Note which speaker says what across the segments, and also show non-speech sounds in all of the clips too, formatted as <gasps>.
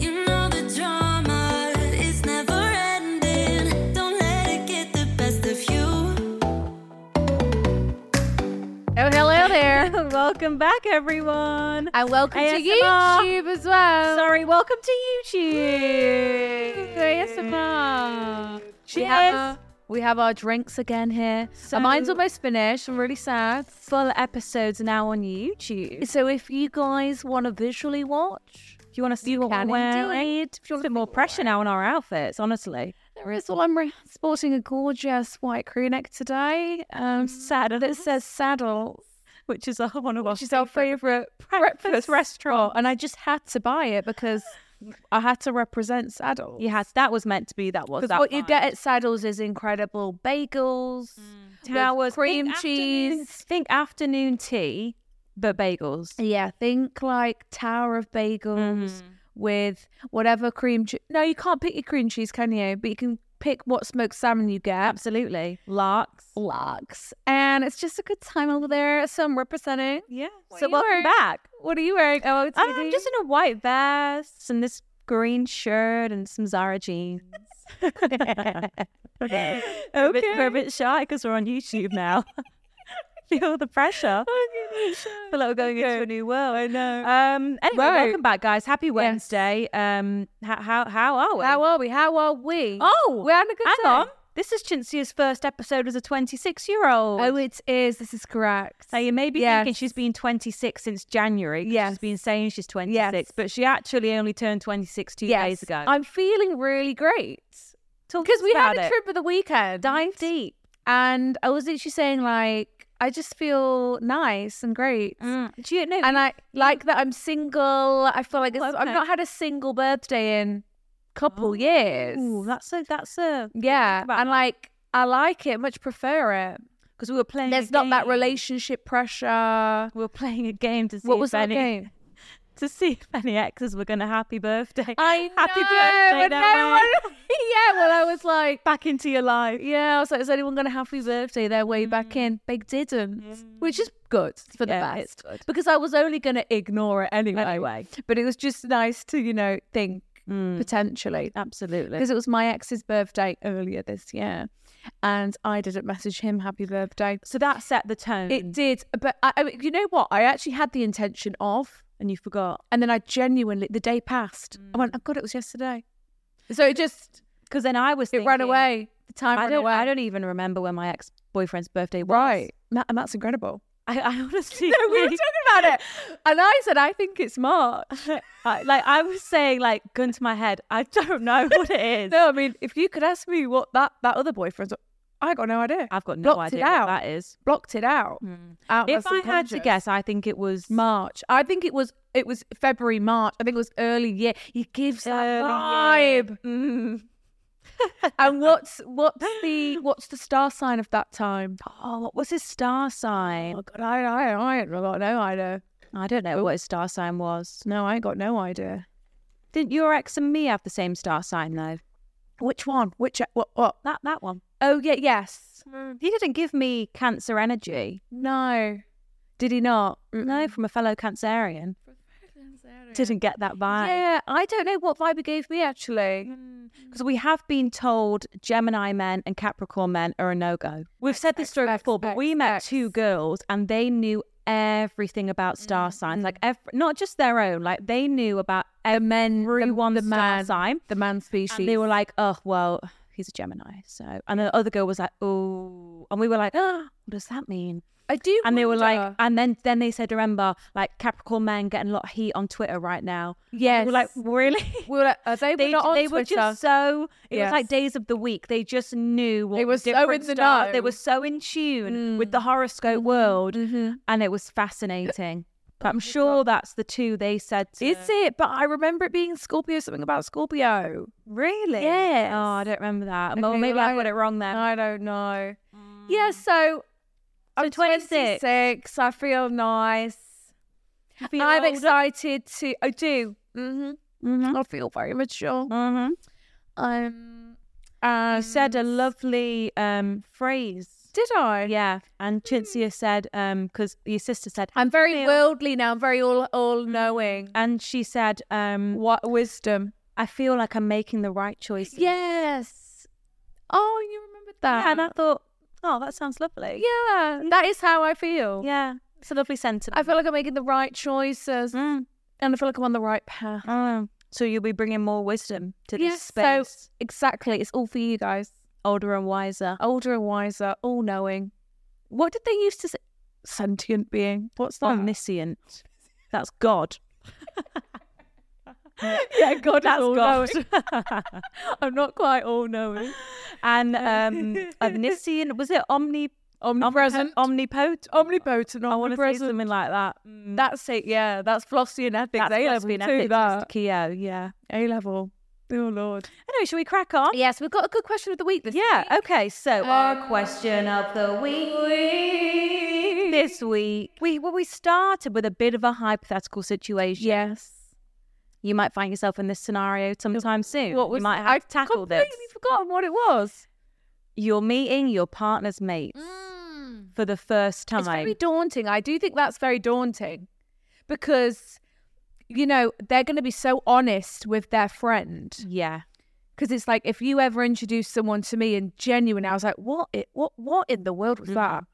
Speaker 1: You know the drama is never ending. Don't let it get the best of you.
Speaker 2: Oh, hello <laughs> there.
Speaker 3: welcome back, everyone.
Speaker 2: And welcome to
Speaker 3: ASMR.
Speaker 2: YouTube as well.
Speaker 3: Sorry, welcome to YouTube.
Speaker 2: ASMR. We
Speaker 3: Cheers.
Speaker 2: have, our, we have our drinks again here.
Speaker 3: So-
Speaker 2: and mine's almost finished. I'm really sad.
Speaker 3: Full episodes now on YouTube.
Speaker 2: So if you guys want to visually watch,
Speaker 3: If you want to see
Speaker 2: You
Speaker 3: what
Speaker 2: can
Speaker 3: we're
Speaker 2: do
Speaker 3: wearing, if you want a bit more pressure now on our outfits, honestly.
Speaker 2: there is. Well, I'm re- sporting a gorgeous white crew neck today. Um,
Speaker 3: Saddle.
Speaker 2: It says saddle.
Speaker 3: Which is our, one of
Speaker 2: which is our favorite
Speaker 3: breakfast
Speaker 2: breakfast, restaurant, and I just had to buy it because I had to represent Saddles.
Speaker 3: You had that was meant to be that was
Speaker 2: because
Speaker 3: that
Speaker 2: what you
Speaker 3: vibe.
Speaker 2: get at Saddles is incredible bagels, with
Speaker 3: That was
Speaker 2: cream
Speaker 3: think
Speaker 2: cheese.
Speaker 3: afternoon- think afternoon tea, but bagels.
Speaker 2: Yeah, think like Tower of Bagels
Speaker 3: Mm-hmm.
Speaker 2: with whatever cream. Che- no, you can't pick your cream cheese, can you? But you can pick what smoked salmon you get.
Speaker 3: Absolutely. Larks.
Speaker 2: Lux, and it's just a good time over there. So I'm representing.
Speaker 3: Yeah.
Speaker 2: What
Speaker 3: so
Speaker 2: are you
Speaker 3: welcome
Speaker 2: wearing?
Speaker 3: back.
Speaker 2: What are you wearing? Oh, it's
Speaker 3: I'm just in a white vest and this green shirt and some Zara jeans. <laughs> okay. We're a bit, we're a bit shy because we're on YouTube now. <laughs> Feel the <laughs> pressure. Feel like we're going into a new world. I know. Um. Anyway,
Speaker 2: Right.
Speaker 3: welcome back, guys. Happy Wednesday. Um. How how how are we?
Speaker 2: How are we? How are we?
Speaker 3: oh,
Speaker 2: we're having a good
Speaker 3: hang
Speaker 2: time.
Speaker 3: on. This is Chinzia's first episode as a 26 year old.
Speaker 2: Oh, it is. This is correct.
Speaker 3: So you may be
Speaker 2: Yes.
Speaker 3: thinking she's been 26 since January. 'cause
Speaker 2: Yes.
Speaker 3: She's been saying she's 26,
Speaker 2: Yes.
Speaker 3: but she actually only turned 26 two days ago.
Speaker 2: I'm feeling really great
Speaker 3: Talk
Speaker 2: because
Speaker 3: to us
Speaker 2: we had
Speaker 3: about
Speaker 2: a
Speaker 3: it.
Speaker 2: trip at the weekend.
Speaker 3: Dive deep.
Speaker 2: and I was literally saying like, I just feel nice and great.
Speaker 3: Mm, Do you know?
Speaker 2: And I like that I'm single. I feel like it's,
Speaker 3: Oh,
Speaker 2: I've
Speaker 3: okay.
Speaker 2: not had a single birthday in a couple years.
Speaker 3: Ooh, that's a that's a
Speaker 2: yeah,
Speaker 3: Oh, think about
Speaker 2: and
Speaker 3: that.
Speaker 2: like I like it, much prefer it.
Speaker 3: because we were playing. a
Speaker 2: There's not that
Speaker 3: game.
Speaker 2: relationship pressure.
Speaker 3: We were playing a game to see
Speaker 2: What was
Speaker 3: if
Speaker 2: that
Speaker 3: any,
Speaker 2: game?
Speaker 3: to see if any exes were going to happy birthday.
Speaker 2: I
Speaker 3: <laughs> <laughs> happy
Speaker 2: know,
Speaker 3: birthday
Speaker 2: but
Speaker 3: that
Speaker 2: no one- <laughs> yeah, well, I was like,
Speaker 3: back into your life. Mm.
Speaker 2: Yeah, I was like, is anyone going to happy birthday their way back in? They didn't, which is good for the
Speaker 3: Yeah, it's
Speaker 2: best. Because I was only going to ignore it anyway. <laughs>
Speaker 3: <laughs> Anyway. Mm.
Speaker 2: But it was just nice to, you know, think potentially.
Speaker 3: Absolutely.
Speaker 2: Because it was my ex's birthday earlier this year. And I didn't message him happy birthday.
Speaker 3: So that set the tone.
Speaker 2: It did. But I, I mean, you know what? I actually had the intention of.
Speaker 3: and you forgot
Speaker 2: And then I genuinely, the day passed.
Speaker 3: Mm.
Speaker 2: I went, oh God, it was yesterday. So it just,
Speaker 3: because then I was.
Speaker 2: it ran
Speaker 3: thinking,
Speaker 2: away. The time
Speaker 3: I
Speaker 2: ran
Speaker 3: don't.
Speaker 2: away.
Speaker 3: I don't even remember when my ex boyfriend's birthday was.
Speaker 2: Right. Ma- And that's incredible.
Speaker 3: I, I
Speaker 2: <laughs>
Speaker 3: honestly.
Speaker 2: No, we were
Speaker 3: like-
Speaker 2: talking about
Speaker 3: <laughs>
Speaker 2: it. And I said, I think it's March.
Speaker 3: I, like I was saying, like gun to my head. I <laughs> don't know what it is.
Speaker 2: No, I mean, if you could ask me what that, that other boyfriend's, I got no idea.
Speaker 3: I've got no
Speaker 2: Blocked it
Speaker 3: idea what
Speaker 2: out.
Speaker 3: that is. Mm.
Speaker 2: blocked it out. out of
Speaker 3: if
Speaker 2: my
Speaker 3: I had to
Speaker 2: subconscious.
Speaker 3: guess, I think it was
Speaker 2: March. I think it was it was February, March. I think it was early year. He gives that
Speaker 3: Early year. Mm-hmm.
Speaker 2: vibe.
Speaker 3: <laughs>
Speaker 2: and what's what's the what's the star sign of that time?
Speaker 3: Oh, what was his star sign?
Speaker 2: Oh God, I I I ain't got no idea.
Speaker 3: I don't know what his star sign was.
Speaker 2: No, I ain't got no idea.
Speaker 3: Didn't your ex and me have the same star sign though?
Speaker 2: Which one? Which e, what what?
Speaker 3: That that one.
Speaker 2: Oh yeah, yes.
Speaker 3: He didn't give me cancer energy.
Speaker 2: Mm. No. Did he not?
Speaker 3: No, from a fellow Cancerian. Didn't get that vibe.
Speaker 2: Yeah, I don't know what vibe he gave me actually.
Speaker 3: Mm. Because we have been told Gemini men and Capricorn men are a no go. We've said this story
Speaker 2: X,
Speaker 3: before, but
Speaker 2: X,
Speaker 3: we met
Speaker 2: X.
Speaker 3: two girls and they knew everything
Speaker 2: Mm,
Speaker 3: about star signs, like ev- not just their own, like they knew about everyone's
Speaker 2: the
Speaker 3: star
Speaker 2: man-
Speaker 3: sign.
Speaker 2: The man species.
Speaker 3: And they were like, oh, well, he's a Gemini. So, and the other girl was like, oh, and we were like, oh, "Ah, what does that mean?
Speaker 2: I do.
Speaker 3: and they were like,
Speaker 2: wonder-
Speaker 3: and then then they said, remember, like Capricorn men getting a lot of heat on Twitter right now.
Speaker 2: yes.
Speaker 3: We're like, really?
Speaker 2: we were like, are Uh, they, were
Speaker 3: They,
Speaker 2: not on
Speaker 3: they were
Speaker 2: Twitter?
Speaker 3: just uh, so. It
Speaker 2: Yes.
Speaker 3: was like days of the week. They just knew what
Speaker 2: They were so in
Speaker 3: different
Speaker 2: the
Speaker 3: stars-
Speaker 2: know. Mm.
Speaker 3: They
Speaker 2: Mm-hmm.
Speaker 3: were so in tune with the horoscope world, and it was fascinating. But I'm sure that's the two they said. To,
Speaker 2: Is it? But I remember it being Scorpio. Something about Scorpio.
Speaker 3: really?
Speaker 2: Yes.
Speaker 3: Oh, I don't remember that. well,
Speaker 2: Okay,
Speaker 3: maybe
Speaker 2: well,
Speaker 3: I
Speaker 2: I-
Speaker 3: got it wrong then. Mm.
Speaker 2: I don't know. Yeah. So I'm
Speaker 3: 26.
Speaker 2: 26. I feel nice.
Speaker 3: You feel
Speaker 2: I'm
Speaker 3: older? Mm-hmm.
Speaker 2: excited to. I do. hmm I feel very mature.
Speaker 3: Mhm.
Speaker 2: Um.
Speaker 3: You said a lovely um, phrase.
Speaker 2: Did I?
Speaker 3: Yeah, and Cinzia said, because your sister said,
Speaker 2: I'm very worldly now. I'm very all all knowing.
Speaker 3: and she said, um,
Speaker 2: What wisdom?
Speaker 3: I feel like I'm making the right choices. Uh,
Speaker 2: Yes. Oh, you remembered that? Mm.
Speaker 3: Yeah, and I thought, oh, that sounds lovely.
Speaker 2: Yeah, that is how I feel.
Speaker 3: yeah, it's a lovely sentiment.
Speaker 2: I feel like I'm making the right choices,
Speaker 3: Mm,
Speaker 2: and I feel like I'm on the right path.
Speaker 3: mm. So you'll be bringing more wisdom to this
Speaker 2: so
Speaker 3: space,
Speaker 2: exactly, it's all for you guys.
Speaker 3: older and wiser.
Speaker 2: Older and wiser, all knowing. What did they used to say? Sentient being. What's that?
Speaker 3: Omniscient. That's God.
Speaker 2: <laughs> yeah, God,
Speaker 3: That's God.
Speaker 2: <laughs> I'm not quite all knowing.
Speaker 3: and
Speaker 2: <laughs>
Speaker 3: um, omniscient was it omni
Speaker 2: Omnipresent.
Speaker 3: omnipotent?
Speaker 2: Omnipotent.
Speaker 3: I want to say
Speaker 2: omnipresent.
Speaker 3: something like that.
Speaker 2: That's it. Yeah, that's philosophy and ethics.
Speaker 3: That's
Speaker 2: A
Speaker 3: must
Speaker 2: level
Speaker 3: be an
Speaker 2: too.
Speaker 3: ethics
Speaker 2: That
Speaker 3: Keo, yeah.
Speaker 2: A level. Oh lord.
Speaker 3: Anyway, should we crack on?
Speaker 2: Yes, we've got a good question of the week this
Speaker 3: Yeah, okay, so our question of the week this week. We well, we started with a bit of a hypothetical situation.
Speaker 2: Yes.
Speaker 3: You might find yourself in this scenario sometime soon.
Speaker 2: What was
Speaker 3: you might have
Speaker 2: I
Speaker 3: to tackle
Speaker 2: completely
Speaker 3: this.
Speaker 2: forgotten what it was.
Speaker 3: You're meeting your partner's mates for the first time.
Speaker 2: Mm. It's very daunting. I do think that's very daunting because you know they're going to be so honest with their friend
Speaker 3: yeah.
Speaker 2: because it's like if you ever introduce someone to me and genuine, I was like, what? It, what? What in the world was that?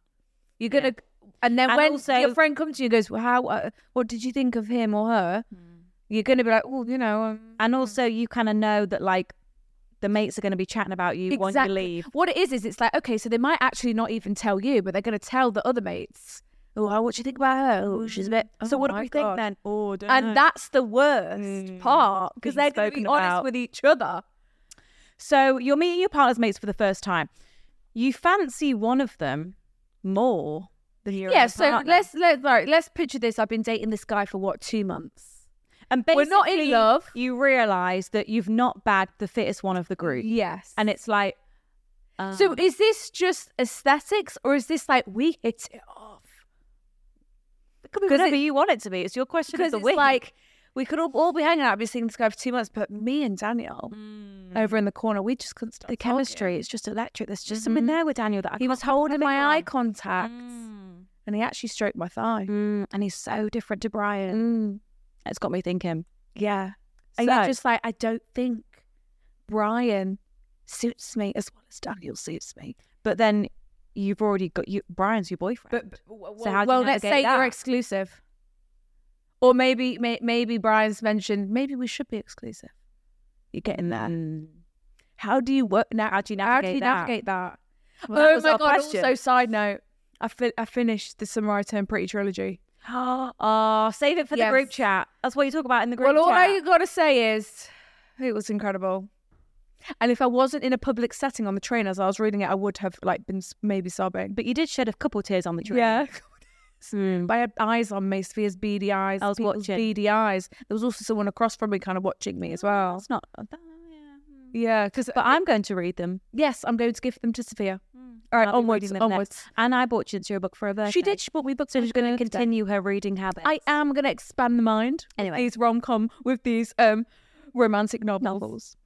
Speaker 2: You're gonna. And then
Speaker 3: Mm. And
Speaker 2: when
Speaker 3: also-
Speaker 2: your friend comes to you and goes, well, how, uh, what did you think of him or her?
Speaker 3: Hmm.
Speaker 2: You're going to be like, oh, you know, um,
Speaker 3: And also you kind of know that like the mates are going to be chatting about you when you leave.
Speaker 2: What it is is it's like okay, so they might actually not even tell you, but they're going to tell the other mates. Oh, how- what do you think about her? Oh, she's a bit.
Speaker 3: so
Speaker 2: oh
Speaker 3: what do
Speaker 2: my
Speaker 3: we
Speaker 2: God."
Speaker 3: think then? Oh, don't
Speaker 2: And
Speaker 3: know. Hmm.
Speaker 2: that's the worst part because they're
Speaker 3: Being
Speaker 2: going to be
Speaker 3: spoken
Speaker 2: honest
Speaker 3: about.
Speaker 2: with each other.
Speaker 3: So you're meeting your partner's mates for the first time. You fancy one of them more than your
Speaker 2: yeah.
Speaker 3: other
Speaker 2: So
Speaker 3: partner.
Speaker 2: let's let right, let's picture this. I've been dating this guy for what two months?
Speaker 3: and
Speaker 2: we're not in
Speaker 3: basically,
Speaker 2: love.
Speaker 3: You realise that you've not bagged the fittest one of the group,
Speaker 2: Yes.
Speaker 3: and it's like Uh-huh. um,
Speaker 2: so is this just aesthetics or is this like we hit it off?
Speaker 3: it could be
Speaker 2: 'Cause
Speaker 3: whatever
Speaker 2: it-
Speaker 3: you want it to be. It's your question of
Speaker 2: Because
Speaker 3: the
Speaker 2: it's
Speaker 3: week.
Speaker 2: like we could all, all be hanging out, be seeing this guy for two months, but me and Daniel over in the corner, we just couldn't stop
Speaker 3: Hmm. the chemistry, it's just electric. There's just something there with Daniel that I
Speaker 2: Mm-hmm. He was holding my eye contact, and he actually stroked my thigh. Mm.
Speaker 3: Mm, and he's so different to Brian. It's got me thinking.
Speaker 2: Yeah,
Speaker 3: So-
Speaker 2: and you're just like, I don't think Brian suits me as well as Daniel suits me.
Speaker 3: But then you've already got you. Brian's your boyfriend. so how do you
Speaker 2: well, let's
Speaker 3: navigate
Speaker 2: say you're
Speaker 3: that?
Speaker 2: exclusive, or maybe may, maybe Brian's mentioned maybe we should be exclusive. You're getting there.
Speaker 3: Mm.
Speaker 2: How do you work now?
Speaker 3: How do you
Speaker 2: How do you
Speaker 3: navigate that?
Speaker 2: navigate that?
Speaker 3: Well, that
Speaker 2: oh
Speaker 3: was
Speaker 2: my
Speaker 3: our
Speaker 2: god!
Speaker 3: question.
Speaker 2: Also, side note, I fi- I finished the Samurai Turn Pretty
Speaker 3: <gasps>
Speaker 2: trilogy.
Speaker 3: Oh, save it for the group
Speaker 2: Yes.
Speaker 3: chat. That's what you talk about in the group
Speaker 2: Well, oh, all
Speaker 3: chat.
Speaker 2: I gotta say is it was incredible. And if I wasn't in a public setting on the train as I was reading it, I would have like been s- maybe sobbing.
Speaker 3: But you did shed a couple tears on the train. <laughs>
Speaker 2: Yeah.
Speaker 3: Mm.
Speaker 2: But I had eyes on me, Sophia's beady eyes.
Speaker 3: I was
Speaker 2: people's
Speaker 3: watching.
Speaker 2: beady eyes. There was also someone across from me, kind of watching me as well.
Speaker 3: That's not. uh, that- yeah.
Speaker 2: Yeah, because
Speaker 3: But I'm going to read them.
Speaker 2: yes, I'm going to give them to Sophia. All right,
Speaker 3: I'll be
Speaker 2: onwards,
Speaker 3: reading them
Speaker 2: onwards.
Speaker 3: next. And I bought Cinzia a book for her birthday.
Speaker 2: She did. She bought me books.
Speaker 3: So she's going to
Speaker 2: today.
Speaker 3: continue her reading habit.
Speaker 2: I am going to expand the mind. with
Speaker 3: Anyway.
Speaker 2: these rom com with these um romantic novels.
Speaker 3: novels.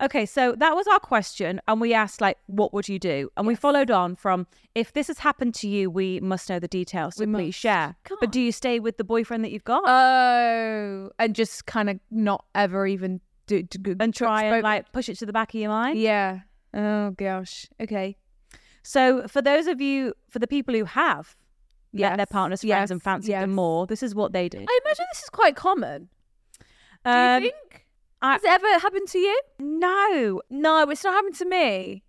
Speaker 3: Okay, so that was our question, and we asked like, "What would you do?" And we followed on from, "If this has happened to you, we must know the details. So
Speaker 2: We
Speaker 3: please
Speaker 2: must.
Speaker 3: share."
Speaker 2: Come
Speaker 3: But
Speaker 2: on.
Speaker 3: do you stay with the boyfriend that you've got
Speaker 2: Oh, and just kind of not ever even do, do
Speaker 3: and try
Speaker 2: spoke-
Speaker 3: and like push it to the back of your mind?
Speaker 2: yeah. Oh gosh. Okay.
Speaker 3: So, for those of you, for the people who have yeah,
Speaker 2: Yes,
Speaker 3: their partners, friends, and
Speaker 2: yes,
Speaker 3: fancied
Speaker 2: yes.
Speaker 3: them more, this is what they did.
Speaker 2: I imagine this is quite common. Do you
Speaker 3: Um,
Speaker 2: think?
Speaker 3: I-
Speaker 2: Has it ever happened to you?
Speaker 3: No,
Speaker 2: No, it's not happened to me.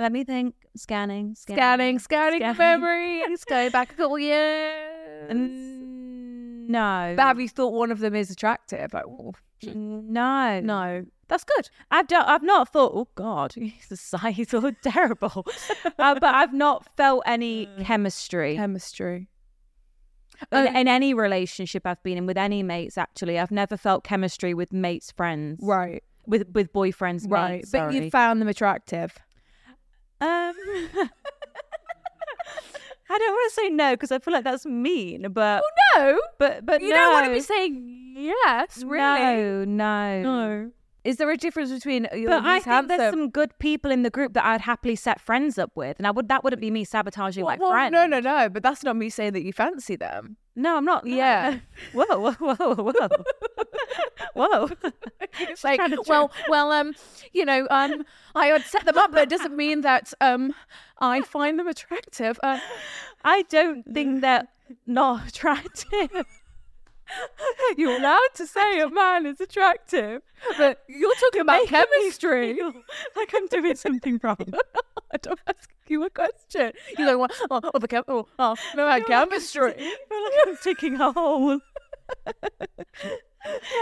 Speaker 3: let me think. scanning,
Speaker 2: Scanning,
Speaker 3: scanning,
Speaker 2: scanning,
Speaker 3: scanning. <laughs>
Speaker 2: memories. Go back a couple years.
Speaker 3: Mm, no,
Speaker 2: but have you thought one of them is attractive? Like, well,
Speaker 3: no,
Speaker 2: no, that's good.
Speaker 3: I've done, I've not thought. Oh God, <laughs> society's all terrible. <laughs> uh, but I've not felt any
Speaker 2: Mm.
Speaker 3: chemistry Uh,
Speaker 2: Chemistry.
Speaker 3: in, in any relationship I've been in with any mates. Actually, I've never felt chemistry with mates, friends,
Speaker 2: Right,
Speaker 3: With with boyfriends,
Speaker 2: right.
Speaker 3: mates,
Speaker 2: but you
Speaker 3: sorry.
Speaker 2: found them attractive.
Speaker 3: Um, <laughs> I don't want to say no because I feel like that's mean. But
Speaker 2: No,
Speaker 3: but but
Speaker 2: you
Speaker 3: no.
Speaker 2: don't want to be saying yes, really.
Speaker 3: No, no,
Speaker 2: Is there a difference between? uh, But
Speaker 3: But I think there's some good people in the group that I'd happily set friends up with, and I would that wouldn't be me sabotaging my
Speaker 2: well,
Speaker 3: friend.
Speaker 2: no, no, no. But that's not me saying that you fancy them.
Speaker 3: no, I'm not. no.
Speaker 2: Yeah.
Speaker 3: <laughs> whoa, whoa, whoa,
Speaker 2: <laughs>
Speaker 3: whoa, whoa. <laughs>
Speaker 2: It's like, well, <laughs> well, um, you know, um, I would set them up, but it doesn't mean that um, I find them attractive. Uh,
Speaker 3: I don't
Speaker 2: <laughs>
Speaker 3: think they're not attractive. <laughs>
Speaker 2: you're allowed to say a man is attractive, but you're talking about
Speaker 3: Making me
Speaker 2: chemistry.
Speaker 3: feel <laughs> like I'm doing something wrong.
Speaker 2: <laughs> I don't ask you a question. You're going, well, oh, oh, the chem- oh,
Speaker 3: <laughs>
Speaker 2: oh, no, I had chemistry.
Speaker 3: I feel like I'm taking a
Speaker 2: <laughs>
Speaker 3: hole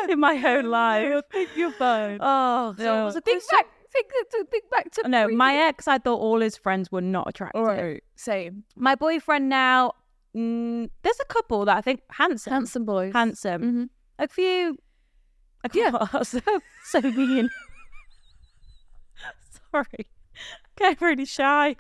Speaker 3: in my own life.
Speaker 2: You're fine.
Speaker 3: Oh,
Speaker 2: no.
Speaker 3: no.
Speaker 2: think back, think, think, think back to
Speaker 3: No, my
Speaker 2: previous-
Speaker 3: ex, I thought all his friends were not attractive.
Speaker 2: All right, <laughs> same.
Speaker 3: My boyfriend now, mm, there's a couple that I think handsome.
Speaker 2: Handsome boys. Mm-hmm.
Speaker 3: Handsome. A few. I
Speaker 2: Yeah.
Speaker 3: <laughs> can't, yeah. so,
Speaker 2: <laughs>
Speaker 3: so mean. <laughs> Sorry. Getting really shy.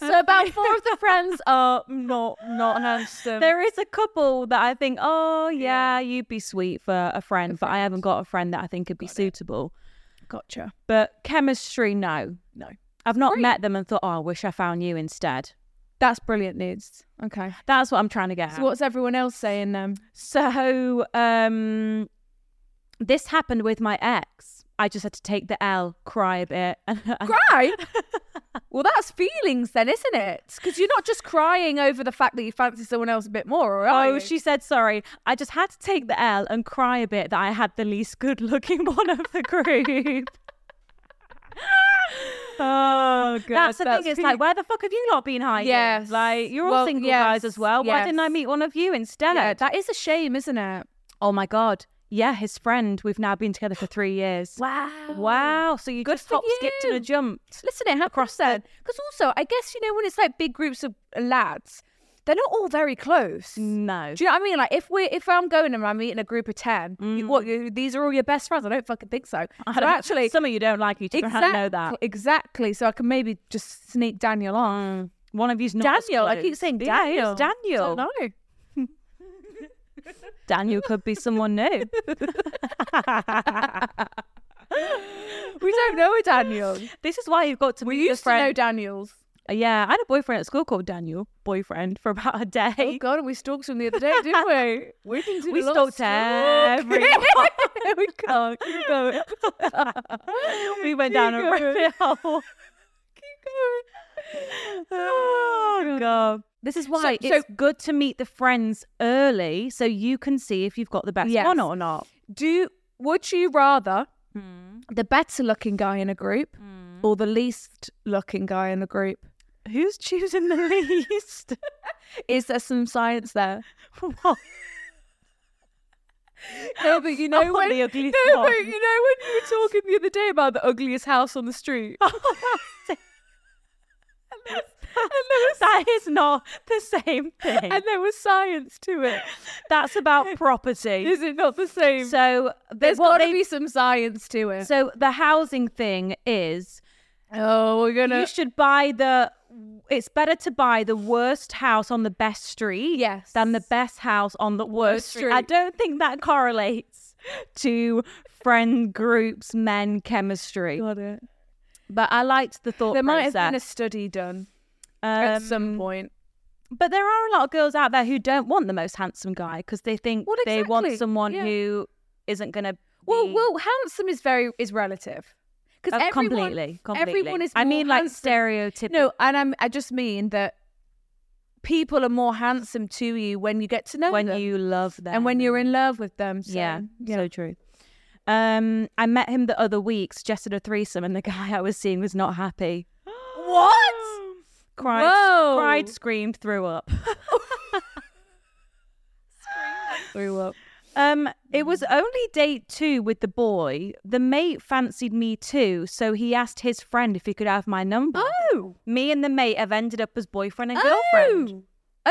Speaker 2: So about four of <laughs> the friends are
Speaker 3: not-
Speaker 2: not handsome.
Speaker 3: There is a couple that I think, oh yeah, you'd be sweet for a friend, but I haven't got a friend that I think could be suitable.
Speaker 2: <laughs> Gotcha.
Speaker 3: But chemistry, no,
Speaker 2: No.
Speaker 3: I've not met them and thought, oh, I wish I found you instead.
Speaker 2: That's brilliant news. Okay.
Speaker 3: That's what I'm trying to get.
Speaker 2: So
Speaker 3: at.
Speaker 2: what's everyone else saying then?
Speaker 3: So um, this happened with my ex. I just had to take the L, cry a bit, <laughs> and
Speaker 2: <laughs> <laughs> Cry? well, that's feelings then, isn't it? Because you're not just crying over the fact that you fancy someone else a bit more, or are
Speaker 3: Oh,
Speaker 2: you?
Speaker 3: she said sorry. I just had to take the L and cry a bit that I had the least good looking <laughs> one of the group.
Speaker 2: <laughs> Oh god,
Speaker 3: that's the thing. It's like, where the fuck have you not been hiding?
Speaker 2: Yes.
Speaker 3: Like, you're
Speaker 2: Well,
Speaker 3: all single
Speaker 2: yes,
Speaker 3: guys as well. Why didn't I
Speaker 2: yes.
Speaker 3: meet one of you instead?
Speaker 2: yeah, that is a shame, isn't it?
Speaker 3: oh my God. Yeah, his friend. We've now been together for three years.
Speaker 2: Wow.
Speaker 3: Wow. So you just
Speaker 2: for
Speaker 3: hop, skipped, and a
Speaker 2: you.
Speaker 3: jumped.
Speaker 2: Listen, it happens then. Because also, I guess you know when it's like big groups of lads, they're not all very close.
Speaker 3: No.
Speaker 2: Do you know what I mean? Like if we if I'm going and I'm meeting a group of ten, you, what you, these are all your best friends? I don't fucking think so.
Speaker 3: Mm. I
Speaker 2: So
Speaker 3: don't-
Speaker 2: actually,
Speaker 3: <laughs> some of you don't like each other. I know that.
Speaker 2: Exact- exactly. So I can maybe just sneak Daniel on.
Speaker 3: One of you's Mm. not. as
Speaker 2: Daniel, I keep
Speaker 3: close.
Speaker 2: saying
Speaker 3: Yeah,
Speaker 2: Daniel.
Speaker 3: it's Daniel.
Speaker 2: No,
Speaker 3: Daniel could be
Speaker 2: <laughs>
Speaker 3: someone new.
Speaker 2: we don't know a
Speaker 3: <laughs>
Speaker 2: Daniel.
Speaker 3: This is why you've got to
Speaker 2: We
Speaker 3: meet your
Speaker 2: used to know
Speaker 3: friend. <laughs> Uh,
Speaker 2: Daniels.
Speaker 3: yeah, I had a boyfriend at school called Daniel. Boyfriend for about a day.
Speaker 2: Oh God, and we stalked him the other day, didn't we? We didn't do
Speaker 3: <laughs> we
Speaker 2: a lot of
Speaker 3: stalked
Speaker 2: stalking. <laughs>
Speaker 3: everyone. we can't keep going. <laughs> we went down a
Speaker 2: <laughs> Keep going.
Speaker 3: rabbit hole. keep going. Oh god. This is why
Speaker 2: so-
Speaker 3: it's good to meet the friends early so you can see if you've got the best
Speaker 2: Yes.
Speaker 3: one
Speaker 2: <laughs>
Speaker 3: or not.
Speaker 2: Do would you rather the better looking guy in a group or the least looking guy in a group?
Speaker 3: Who's choosing the least?
Speaker 2: <laughs> Is there some science there?
Speaker 3: What?
Speaker 2: No, but you
Speaker 3: know when-
Speaker 2: no, but you know when you were talking the other day about the ugliest house on the <laughs> street.
Speaker 3: <laughs> that is not the same thing.
Speaker 2: <laughs> and there was science to it.
Speaker 3: That's
Speaker 2: <laughs>
Speaker 3: about property.
Speaker 2: Is it not the same?
Speaker 3: So
Speaker 2: There's
Speaker 3: what
Speaker 2: got to
Speaker 3: they-
Speaker 2: be some science to it.
Speaker 3: So the housing thing is
Speaker 2: oh, we're gonna.
Speaker 3: you should buy the. It's better to buy the worst house on the best street,
Speaker 2: Yes.
Speaker 3: than the best house on the worst street. I
Speaker 2: street.
Speaker 3: don't think that correlates to friend groups, men chemistry.
Speaker 2: Got it.
Speaker 3: But I liked the thought
Speaker 2: There might
Speaker 3: process.
Speaker 2: have been a study done at some point.
Speaker 3: um, But there are a lot of girls out there who don't want the most handsome guy because they think
Speaker 2: Well,
Speaker 3: they want
Speaker 2: exactly,
Speaker 3: someone
Speaker 2: yeah.
Speaker 3: who isn't going to.
Speaker 2: Well, well, handsome is very is relative because
Speaker 3: Mm. Uh, completely, completely.
Speaker 2: everyone is.
Speaker 3: I
Speaker 2: more
Speaker 3: mean, like
Speaker 2: handsome.
Speaker 3: stereotypical.
Speaker 2: No, and I'm. I just mean that people are more handsome to you when you get to know
Speaker 3: when
Speaker 2: them
Speaker 3: you love them
Speaker 2: and when you're in love with them. So,
Speaker 3: yeah, so true. <laughs> Um, I met him the other week, suggested a threesome, and the guy I was seeing was not happy.
Speaker 2: What? What?
Speaker 3: cried,
Speaker 2: Whoa.
Speaker 3: cried, screamed, threw up. <laughs>
Speaker 2: Threw
Speaker 3: <laughs>
Speaker 2: up.
Speaker 3: Um, it was only date two with the boy. The mate fancied me too, so he asked his friend if he could have my number.
Speaker 2: Oh.
Speaker 3: Me and the mate have ended up as boyfriend and girlfriend.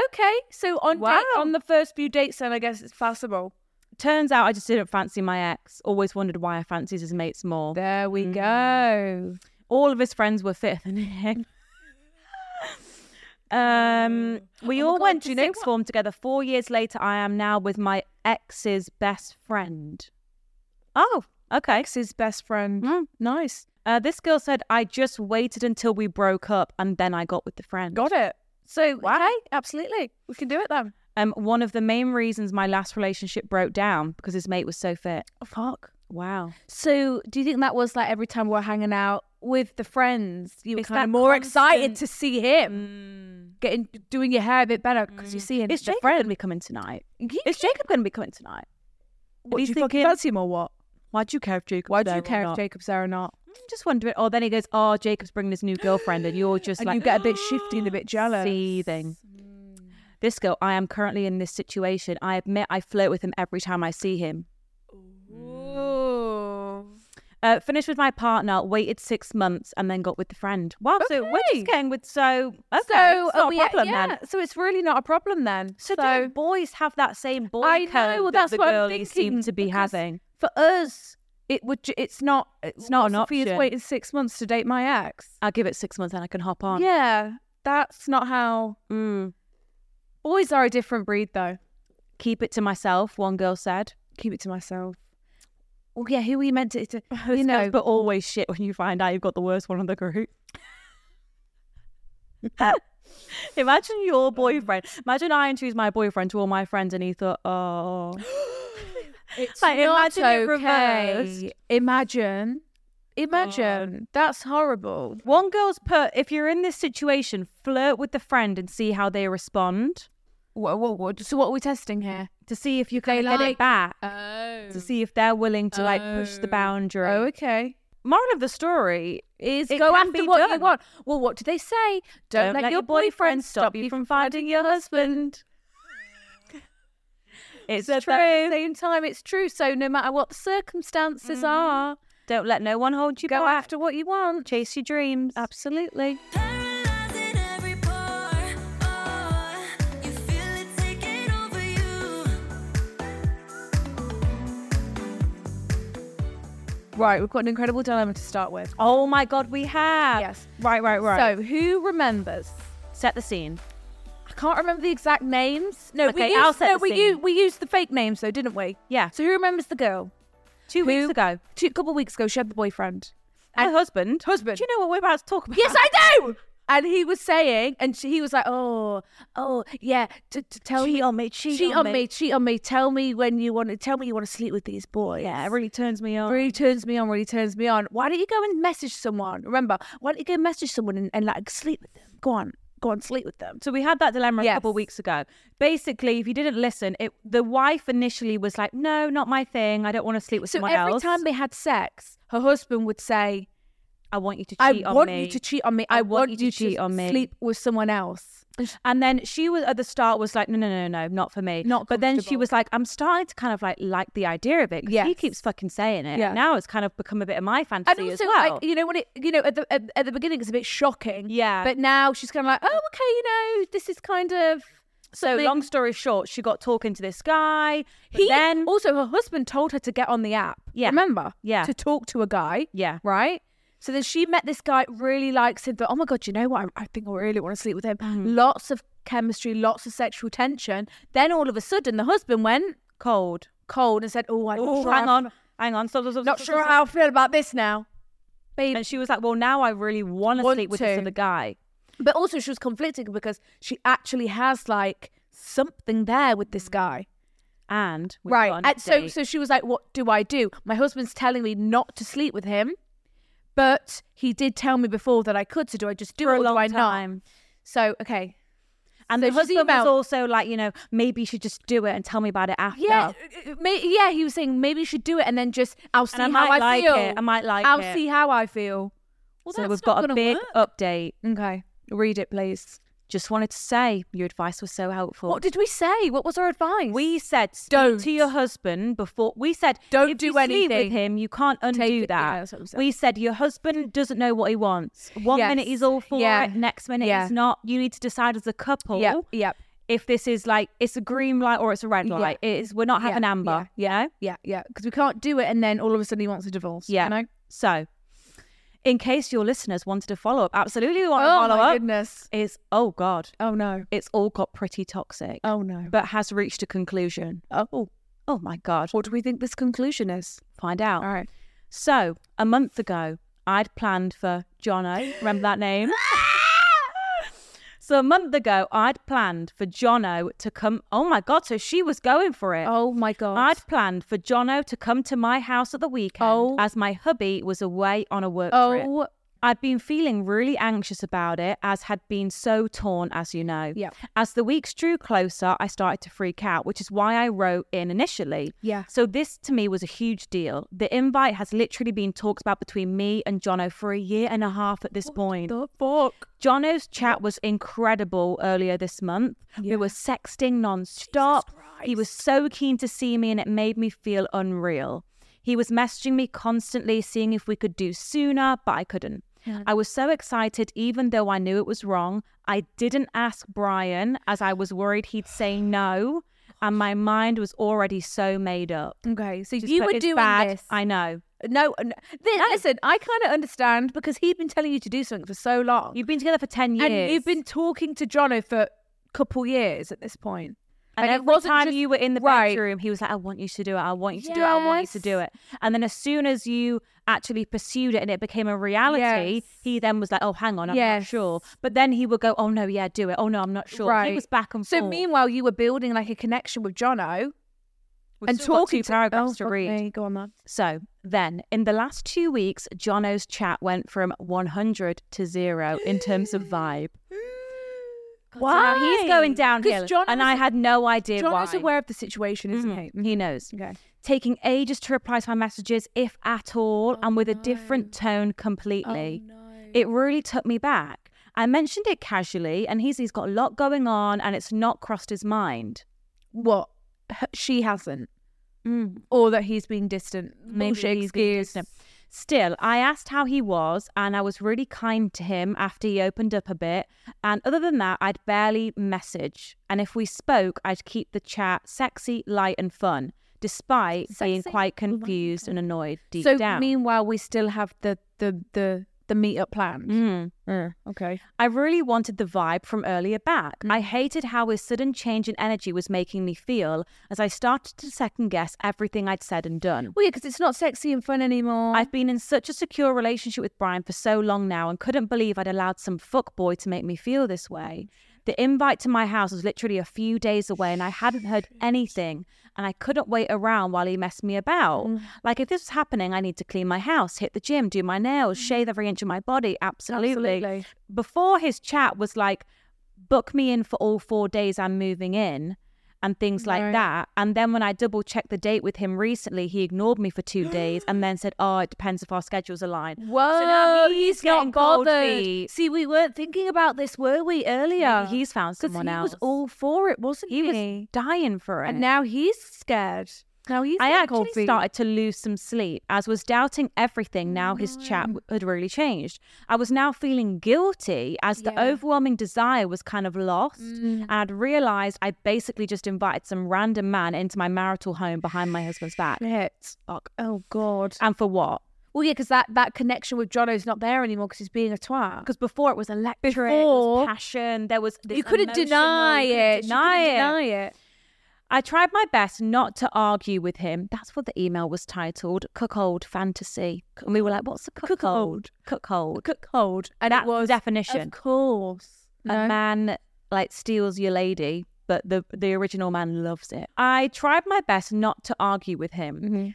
Speaker 2: Okay, so on
Speaker 3: Wow.
Speaker 2: date, on the first few dates, then I guess it's possible.
Speaker 3: Turns out I just didn't fancy my ex. Always wondered why I fancied his mates more. Mm.
Speaker 2: There we go.
Speaker 3: All of his friends were fitter than him. <laughs> um, we
Speaker 2: Oh my
Speaker 3: all
Speaker 2: God,
Speaker 3: went
Speaker 2: do
Speaker 3: to
Speaker 2: you know
Speaker 3: sixth
Speaker 2: what-
Speaker 3: form together. Four years later, I am now with my ex's best friend. Oh, okay.
Speaker 2: Ex is best friend.
Speaker 3: Mm.
Speaker 2: Nice.
Speaker 3: Uh, this girl said, I just waited until we broke up and then I got with the friend.
Speaker 2: Got it. So okay, absolutely, we can do it then.
Speaker 3: Um, one of the main reasons my last relationship broke down because his mate was so fit.
Speaker 2: Oh, fuck.
Speaker 3: Wow.
Speaker 2: So, do you think that was like every time we're hanging out with the friends, you were
Speaker 3: It's
Speaker 2: kind of
Speaker 3: that
Speaker 2: more excited
Speaker 3: constant- Mm.
Speaker 2: to see him, getting doing your hair a bit better because you see him.
Speaker 3: Is Jacob going to be coming tonight? Is Jacob going to be coming tonight?
Speaker 2: What, do
Speaker 3: he's
Speaker 2: you fucking
Speaker 3: thinking-
Speaker 2: fancy him or what?
Speaker 3: Why do you care if Jacob?
Speaker 2: Why do you care if Jacob's there or not?
Speaker 3: Just wondering. Oh, then he goes, "Oh, Jacob's bringing his new girlfriend," and you're just
Speaker 2: And
Speaker 3: like,
Speaker 2: you get a
Speaker 3: <gasps>
Speaker 2: bit shifty and a bit jealous. Mm.
Speaker 3: Seething. This girl, I am currently in this situation. I admit, I flirt with him every time I see him. Mm. Uh, finished with my partner, waited six months, and then got with the friend. Wow, so we're
Speaker 2: Okay.
Speaker 3: just getting with so okay,
Speaker 2: So,
Speaker 3: it's not
Speaker 2: are we
Speaker 3: a
Speaker 2: at-
Speaker 3: problem
Speaker 2: yeah,
Speaker 3: then.
Speaker 2: So it's really not a problem then.
Speaker 3: So, don't boys have that same boy
Speaker 2: I know,
Speaker 3: code
Speaker 2: well,
Speaker 3: that
Speaker 2: that's
Speaker 3: the
Speaker 2: what I'm
Speaker 3: girlies seem
Speaker 2: thinking,
Speaker 3: to be
Speaker 2: because-
Speaker 3: having?
Speaker 2: for us, it would. ju- It's not. It's
Speaker 3: not an
Speaker 2: Sophia's
Speaker 3: option.
Speaker 2: waited six months to date my ex.
Speaker 3: I'll give it six months and I can hop on.
Speaker 2: Yeah, that's not how.
Speaker 3: Mm.
Speaker 2: Boys are a different breed, though.
Speaker 3: Keep it to myself, one girl said.
Speaker 2: Keep it to myself.
Speaker 3: Well, yeah, who are you meant
Speaker 2: <laughs>
Speaker 3: to? to
Speaker 2: you
Speaker 3: This goes,
Speaker 2: know.
Speaker 3: but always shit when you find out you've got the worst one on
Speaker 2: <laughs>
Speaker 3: the group. Uh, Imagine your boyfriend. Imagine I introduced my boyfriend to all my friends, and he thought,
Speaker 2: <gasps>
Speaker 3: "Oh,
Speaker 2: It's
Speaker 3: Like,
Speaker 2: not
Speaker 3: imagine it
Speaker 2: okay.
Speaker 3: reversed.
Speaker 2: Imagine, imagine. That's horrible.
Speaker 3: one girl's put. If you're in this situation, flirt with the friend and see how they respond
Speaker 2: What, what, what, so what are we testing here?
Speaker 3: to see if you
Speaker 2: They
Speaker 3: can get
Speaker 2: like-
Speaker 3: it back,
Speaker 2: Oh.
Speaker 3: to see if they're willing to like push the boundary."
Speaker 2: Oh, okay.
Speaker 3: Moral of the story is
Speaker 2: It
Speaker 3: go
Speaker 2: can
Speaker 3: after
Speaker 2: be
Speaker 3: what you
Speaker 2: done.
Speaker 3: want.
Speaker 2: Well, what do they say? Don't, let, your boyfriend stop you from finding your husband.
Speaker 3: It's
Speaker 2: But
Speaker 3: true.
Speaker 2: at the same time, it's true. So no matter what the circumstances are,
Speaker 3: Don't let no one hold you
Speaker 2: go
Speaker 3: back.
Speaker 2: after what you want.
Speaker 3: Chase your dreams.
Speaker 2: Absolutely.
Speaker 1: Paralyzing every pore. Oh, you feel it taking over you.
Speaker 2: Right, we've got an incredible dilemma to start with.
Speaker 3: Oh my god, we have.
Speaker 2: Yes.
Speaker 3: Right, right, right.
Speaker 2: So who remembers?
Speaker 3: set the scene.
Speaker 2: I can't remember the exact names. No,
Speaker 3: Okay,
Speaker 2: we used,
Speaker 3: I'll set
Speaker 2: no,
Speaker 3: the
Speaker 2: we
Speaker 3: scene.
Speaker 2: u- we used the fake names though, didn't we?
Speaker 3: Yeah.
Speaker 2: So who remembers the girl?
Speaker 3: Two weeks
Speaker 2: Who-
Speaker 3: ago.
Speaker 2: Two couple weeks ago, she had the boyfriend.
Speaker 3: My husband.
Speaker 2: Husband.
Speaker 3: Do you know what we're about to talk
Speaker 2: <laughs>
Speaker 3: about?
Speaker 2: Yes, I do. And he was saying, and she, he was like, "Oh, oh, yeah, to, to tell
Speaker 3: Cheat
Speaker 2: me,
Speaker 3: on me, cheat
Speaker 2: cheat on
Speaker 3: on me."
Speaker 2: me, cheat on me. Tell me when you want to. Tell me you want to sleep with these boys.
Speaker 3: Yeah, it really turns me on.
Speaker 2: really turns me on. Really turns me on. Why don't you go and message someone? Remember, why don't you go message someone and, and like sleep with them? Go on, go on, sleep with them.
Speaker 3: So we had that dilemma a couple
Speaker 2: Yes.
Speaker 3: weeks ago. Basically, if you didn't listen, it the wife initially was like, "No, not my thing. I don't want to sleep with
Speaker 2: So
Speaker 3: someone
Speaker 2: every
Speaker 3: else.
Speaker 2: time they had sex, her husband would say,
Speaker 3: I want you to
Speaker 2: "I
Speaker 3: cheat on
Speaker 2: want
Speaker 3: me.
Speaker 2: you to cheat on me. I, want, you to
Speaker 3: cheat on me."
Speaker 2: Sleep with someone else.
Speaker 3: And then she was at the start was like, no, no, no, no, not for me.
Speaker 2: Not
Speaker 3: But then she
Speaker 2: comfortable.
Speaker 3: was like, I'm starting to kind of like like the idea of it because he
Speaker 2: Yes.
Speaker 3: keeps fucking saying it.
Speaker 2: Yeah.
Speaker 3: Now it's kind of become a bit of my
Speaker 2: and
Speaker 3: fantasy
Speaker 2: also,
Speaker 3: as well.
Speaker 2: like, you know, when it, you know, at the at, at the beginning, it's a bit shocking.
Speaker 3: Yeah.
Speaker 2: But now she's kind of like, oh, okay, you know, this is kind of
Speaker 3: so
Speaker 2: something-
Speaker 3: long story short, she got talking to this guy. but
Speaker 2: He
Speaker 3: then
Speaker 2: also her husband told her to get on the app.
Speaker 3: Yeah.
Speaker 2: Remember?
Speaker 3: Yeah.
Speaker 2: To talk to a guy.
Speaker 3: Yeah.
Speaker 2: Right. So then she met this guy, really likes him. Thought, oh my god, you know what? I, I think I really want to sleep with him. Lots of chemistry, lots of sexual tension. Then all of a sudden, the husband went
Speaker 3: cold.
Speaker 2: cold and said, "Oh, I'm not
Speaker 3: Oh,
Speaker 2: sure
Speaker 3: hang
Speaker 2: how-
Speaker 3: on, hang on. Stop, stop,
Speaker 2: <laughs>
Speaker 3: stop,
Speaker 2: not
Speaker 3: stop,
Speaker 2: sure
Speaker 3: stop,
Speaker 2: how I feel about this now, babe."
Speaker 3: And she was like, well, now I really want to
Speaker 2: Want
Speaker 3: sleep with this
Speaker 2: to.
Speaker 3: other guy.
Speaker 2: But also, she was conflicted because she actually has like something there with this guy.
Speaker 3: And we
Speaker 2: Mm-hmm. right.
Speaker 3: got an
Speaker 2: And so,
Speaker 3: update.
Speaker 2: so she was like, "What do I do? My husband's telling me not to sleep with him, but he did tell me before that I could. So do I just do
Speaker 3: for
Speaker 2: it
Speaker 3: a
Speaker 2: or do I
Speaker 3: long
Speaker 2: not?"
Speaker 3: time.
Speaker 2: So okay,
Speaker 3: And
Speaker 2: So
Speaker 3: the
Speaker 2: she's
Speaker 3: husband
Speaker 2: about-
Speaker 3: was also like, you know, maybe you should just do it and tell me about it after.
Speaker 2: yeah, uh, uh, may, yeah. He was saying maybe you should do it and then just I'll see
Speaker 3: I
Speaker 2: how
Speaker 3: might
Speaker 2: I
Speaker 3: like
Speaker 2: feel.
Speaker 3: it. I might like
Speaker 2: I'll
Speaker 3: it.
Speaker 2: see how I feel. Well,
Speaker 3: so
Speaker 2: that's
Speaker 3: we've
Speaker 2: not
Speaker 3: got a
Speaker 2: gonna
Speaker 3: big
Speaker 2: work.
Speaker 3: update.
Speaker 2: Okay.
Speaker 3: Read it, please. Just wanted to say your advice was so helpful.
Speaker 2: What did we say? What was our advice?
Speaker 3: we said? Speak
Speaker 2: Don't.
Speaker 3: to your husband before. We said
Speaker 2: Don't
Speaker 3: if
Speaker 2: do
Speaker 3: you sleep
Speaker 2: anything.
Speaker 3: with him. You can't undo
Speaker 2: Take it-
Speaker 3: that.
Speaker 2: yeah, that's what I'm saying.
Speaker 3: we said your husband doesn't know what he wants. One
Speaker 2: Yes.
Speaker 3: minute he's all for
Speaker 2: Yeah.
Speaker 3: it, next minute
Speaker 2: Yeah.
Speaker 3: he's not. You need to decide as a couple.
Speaker 2: Yep. Yep.
Speaker 3: If this is like it's a green light or it's a red
Speaker 2: Yeah.
Speaker 3: light, it is. We're not
Speaker 2: Yeah,
Speaker 3: having amber. Yeah.
Speaker 2: Yeah. Yeah. Because we can't do it, and then all of a sudden he wants a divorce.
Speaker 3: Yeah.
Speaker 2: You know?
Speaker 3: So, in case your listeners wanted to follow up, absolutely we want to
Speaker 2: Oh
Speaker 3: follow
Speaker 2: my
Speaker 3: up.
Speaker 2: goodness.
Speaker 3: Is oh god,
Speaker 2: Oh no.
Speaker 3: it's all got pretty toxic,
Speaker 2: Oh no.
Speaker 3: but has reached a conclusion.
Speaker 2: oh.
Speaker 3: Oh my god,
Speaker 2: What do we think this conclusion is?
Speaker 3: find out.
Speaker 2: All right.
Speaker 3: So a month ago, I'd planned for Jono. Remember
Speaker 2: <laughs>
Speaker 3: that name? so a month ago, I'd planned for Jono to come. Oh my god, so she was going for it.
Speaker 2: Oh my god.
Speaker 3: I'd planned for Jono to come to my house at the weekend
Speaker 2: Oh.
Speaker 3: as my hubby was away on a work trip.
Speaker 2: oh.
Speaker 3: I'd been feeling really anxious about it, as had been so torn, as you know.
Speaker 2: Yeah.
Speaker 3: As the weeks drew closer, I started to freak out, which is why I wrote in initially.
Speaker 2: Yeah.
Speaker 3: So this to me was a huge deal. The invite has literally been talked about between me and Jono for a year and a half at this point.
Speaker 2: The fuck.
Speaker 3: Jono's chat was incredible earlier this month. We were sexting non-stop. He was so keen to see me and it made me feel unreal. He was messaging me constantly seeing if we could do sooner, but I couldn't. I was so excited even though I knew it was wrong. I didn't ask Brian as I was worried
Speaker 2: <sighs>
Speaker 3: he'd say no and my mind was already so made up.
Speaker 2: Okay. So
Speaker 3: Just
Speaker 2: you
Speaker 3: put,
Speaker 2: were
Speaker 3: "It's
Speaker 2: doing
Speaker 3: bad."
Speaker 2: this.
Speaker 3: I know.
Speaker 2: No, no. Th- listen, I kind of understand because he'd been telling you to do something for so long.
Speaker 3: You've been together for 10 years.
Speaker 2: and you've been talking to Jono for a couple years at this point.
Speaker 3: And,
Speaker 2: And it
Speaker 3: every
Speaker 2: wasn't
Speaker 3: time
Speaker 2: just-
Speaker 3: you were in the
Speaker 2: right.
Speaker 3: bedroom, he was like, I want you to do it. I want you to do it. I want you to do it. And then as soon as you actually pursued it and it became a reality,
Speaker 2: Yes.
Speaker 3: he then was like, oh, hang on, I'm not
Speaker 2: Yes.
Speaker 3: sure. But then he would go, oh, no, yeah, do it. Oh, no, I'm not sure.
Speaker 2: Right.
Speaker 3: He was back and
Speaker 2: So
Speaker 3: forth.
Speaker 2: meanwhile, you were building like a connection with Jono
Speaker 3: We've
Speaker 2: and
Speaker 3: still got
Speaker 2: talking oh,
Speaker 3: two paragraphs to
Speaker 2: fuck
Speaker 3: read.
Speaker 2: me. Go on, then.
Speaker 3: So then, in the last two weeks, Jono's chat went from 100 to zero in terms
Speaker 2: <gasps>
Speaker 3: of vibe. So now he's going downhill.
Speaker 2: John
Speaker 3: and I had no idea why.
Speaker 2: Jono's aware of the situation, isn't
Speaker 3: Mhm.
Speaker 2: he?
Speaker 3: He knows.
Speaker 2: Okay.
Speaker 3: Taking ages to reply to my messages, if at all, and
Speaker 2: Oh,
Speaker 3: with a different tone completely. It really took me back. I mentioned it casually, and he's he's got a lot going on, and it's not crossed his mind.
Speaker 2: What? H- She hasn't. Mm. Or that he's been distant. Bullshit
Speaker 3: he's being
Speaker 2: excuse.
Speaker 3: distant. Still, I asked how he was, and I was really kind to him after he opened up a bit. And other than that, I'd barely message. And if we spoke, I'd keep the chat sexy, light, and fun, despite being
Speaker 2: Sexy,
Speaker 3: quite confused and annoyed deep
Speaker 2: so
Speaker 3: down.
Speaker 2: meanwhile, we still have the the the the meetup planned.
Speaker 3: Mm.
Speaker 2: Okay.
Speaker 3: I really wanted the vibe from earlier back.
Speaker 2: Mm.
Speaker 3: I hated how his sudden change in energy was making me feel as I started to second guess everything I'd said and done.
Speaker 2: Well, yeah, because it's not sexy and fun anymore.
Speaker 3: I've been in such a secure relationship with Brian for so long now and couldn't believe I'd allowed some fuckboy to make me feel this way. The invite to my house was literally a few days away and I hadn't heard anything and I couldn't wait around while he messed me about. Like if this was happening, I need to clean my house, hit the gym, do my nails, shave every inch of my body. Absolutely.
Speaker 2: Absolutely.
Speaker 3: Before his chat was like, book me in for all four days I'm moving in and things like
Speaker 2: Right.
Speaker 3: that. And then when I double checked the date with him recently, he ignored me for two days and then said, Oh, it depends if our schedules align.
Speaker 2: Whoa,
Speaker 3: So now
Speaker 2: he's,
Speaker 3: getting
Speaker 2: not
Speaker 3: cold
Speaker 2: bothered.
Speaker 3: feet.
Speaker 2: See, we weren't thinking about this, were we, earlier?
Speaker 3: Maybe he's found
Speaker 2: 'Cause
Speaker 3: someone
Speaker 2: he
Speaker 3: else.
Speaker 2: was all for it, wasn't
Speaker 3: He
Speaker 2: he?
Speaker 3: was dying for it.
Speaker 2: and now he's scared. Now he's
Speaker 3: I
Speaker 2: getting
Speaker 3: actually
Speaker 2: cold feet. Oh,
Speaker 3: started to lose some sleep, as was doubting everything. Now his chat w- had really changed. I was now feeling guilty, as the overwhelming desire was kind of lost,
Speaker 2: Mm.
Speaker 3: and I'd realised I'd basically just invited some random man into my marital home behind my husband's back.
Speaker 2: Shit. Oh God.
Speaker 3: And for what?
Speaker 2: Well, yeah, because that that connection with Jono's not there anymore because he's being a twat.
Speaker 3: Because before it was electric, there
Speaker 2: Before-
Speaker 3: was passion, there was this
Speaker 2: you couldn't
Speaker 3: emotional-
Speaker 2: deny
Speaker 3: you
Speaker 2: it.
Speaker 3: couldn't
Speaker 2: You
Speaker 3: Deny
Speaker 2: couldn't
Speaker 3: it.
Speaker 2: deny it.
Speaker 3: I tried my best not to argue with him. That's what the email was titled, Cuckold Fantasy. And we were like, what's a cuckold? Cuckold. Cuckold. And that
Speaker 2: it was,
Speaker 3: was definition.
Speaker 2: Of course.
Speaker 3: A
Speaker 2: No.
Speaker 3: man like steals your lady, but the, the original man loves it. I tried my best not to argue with him.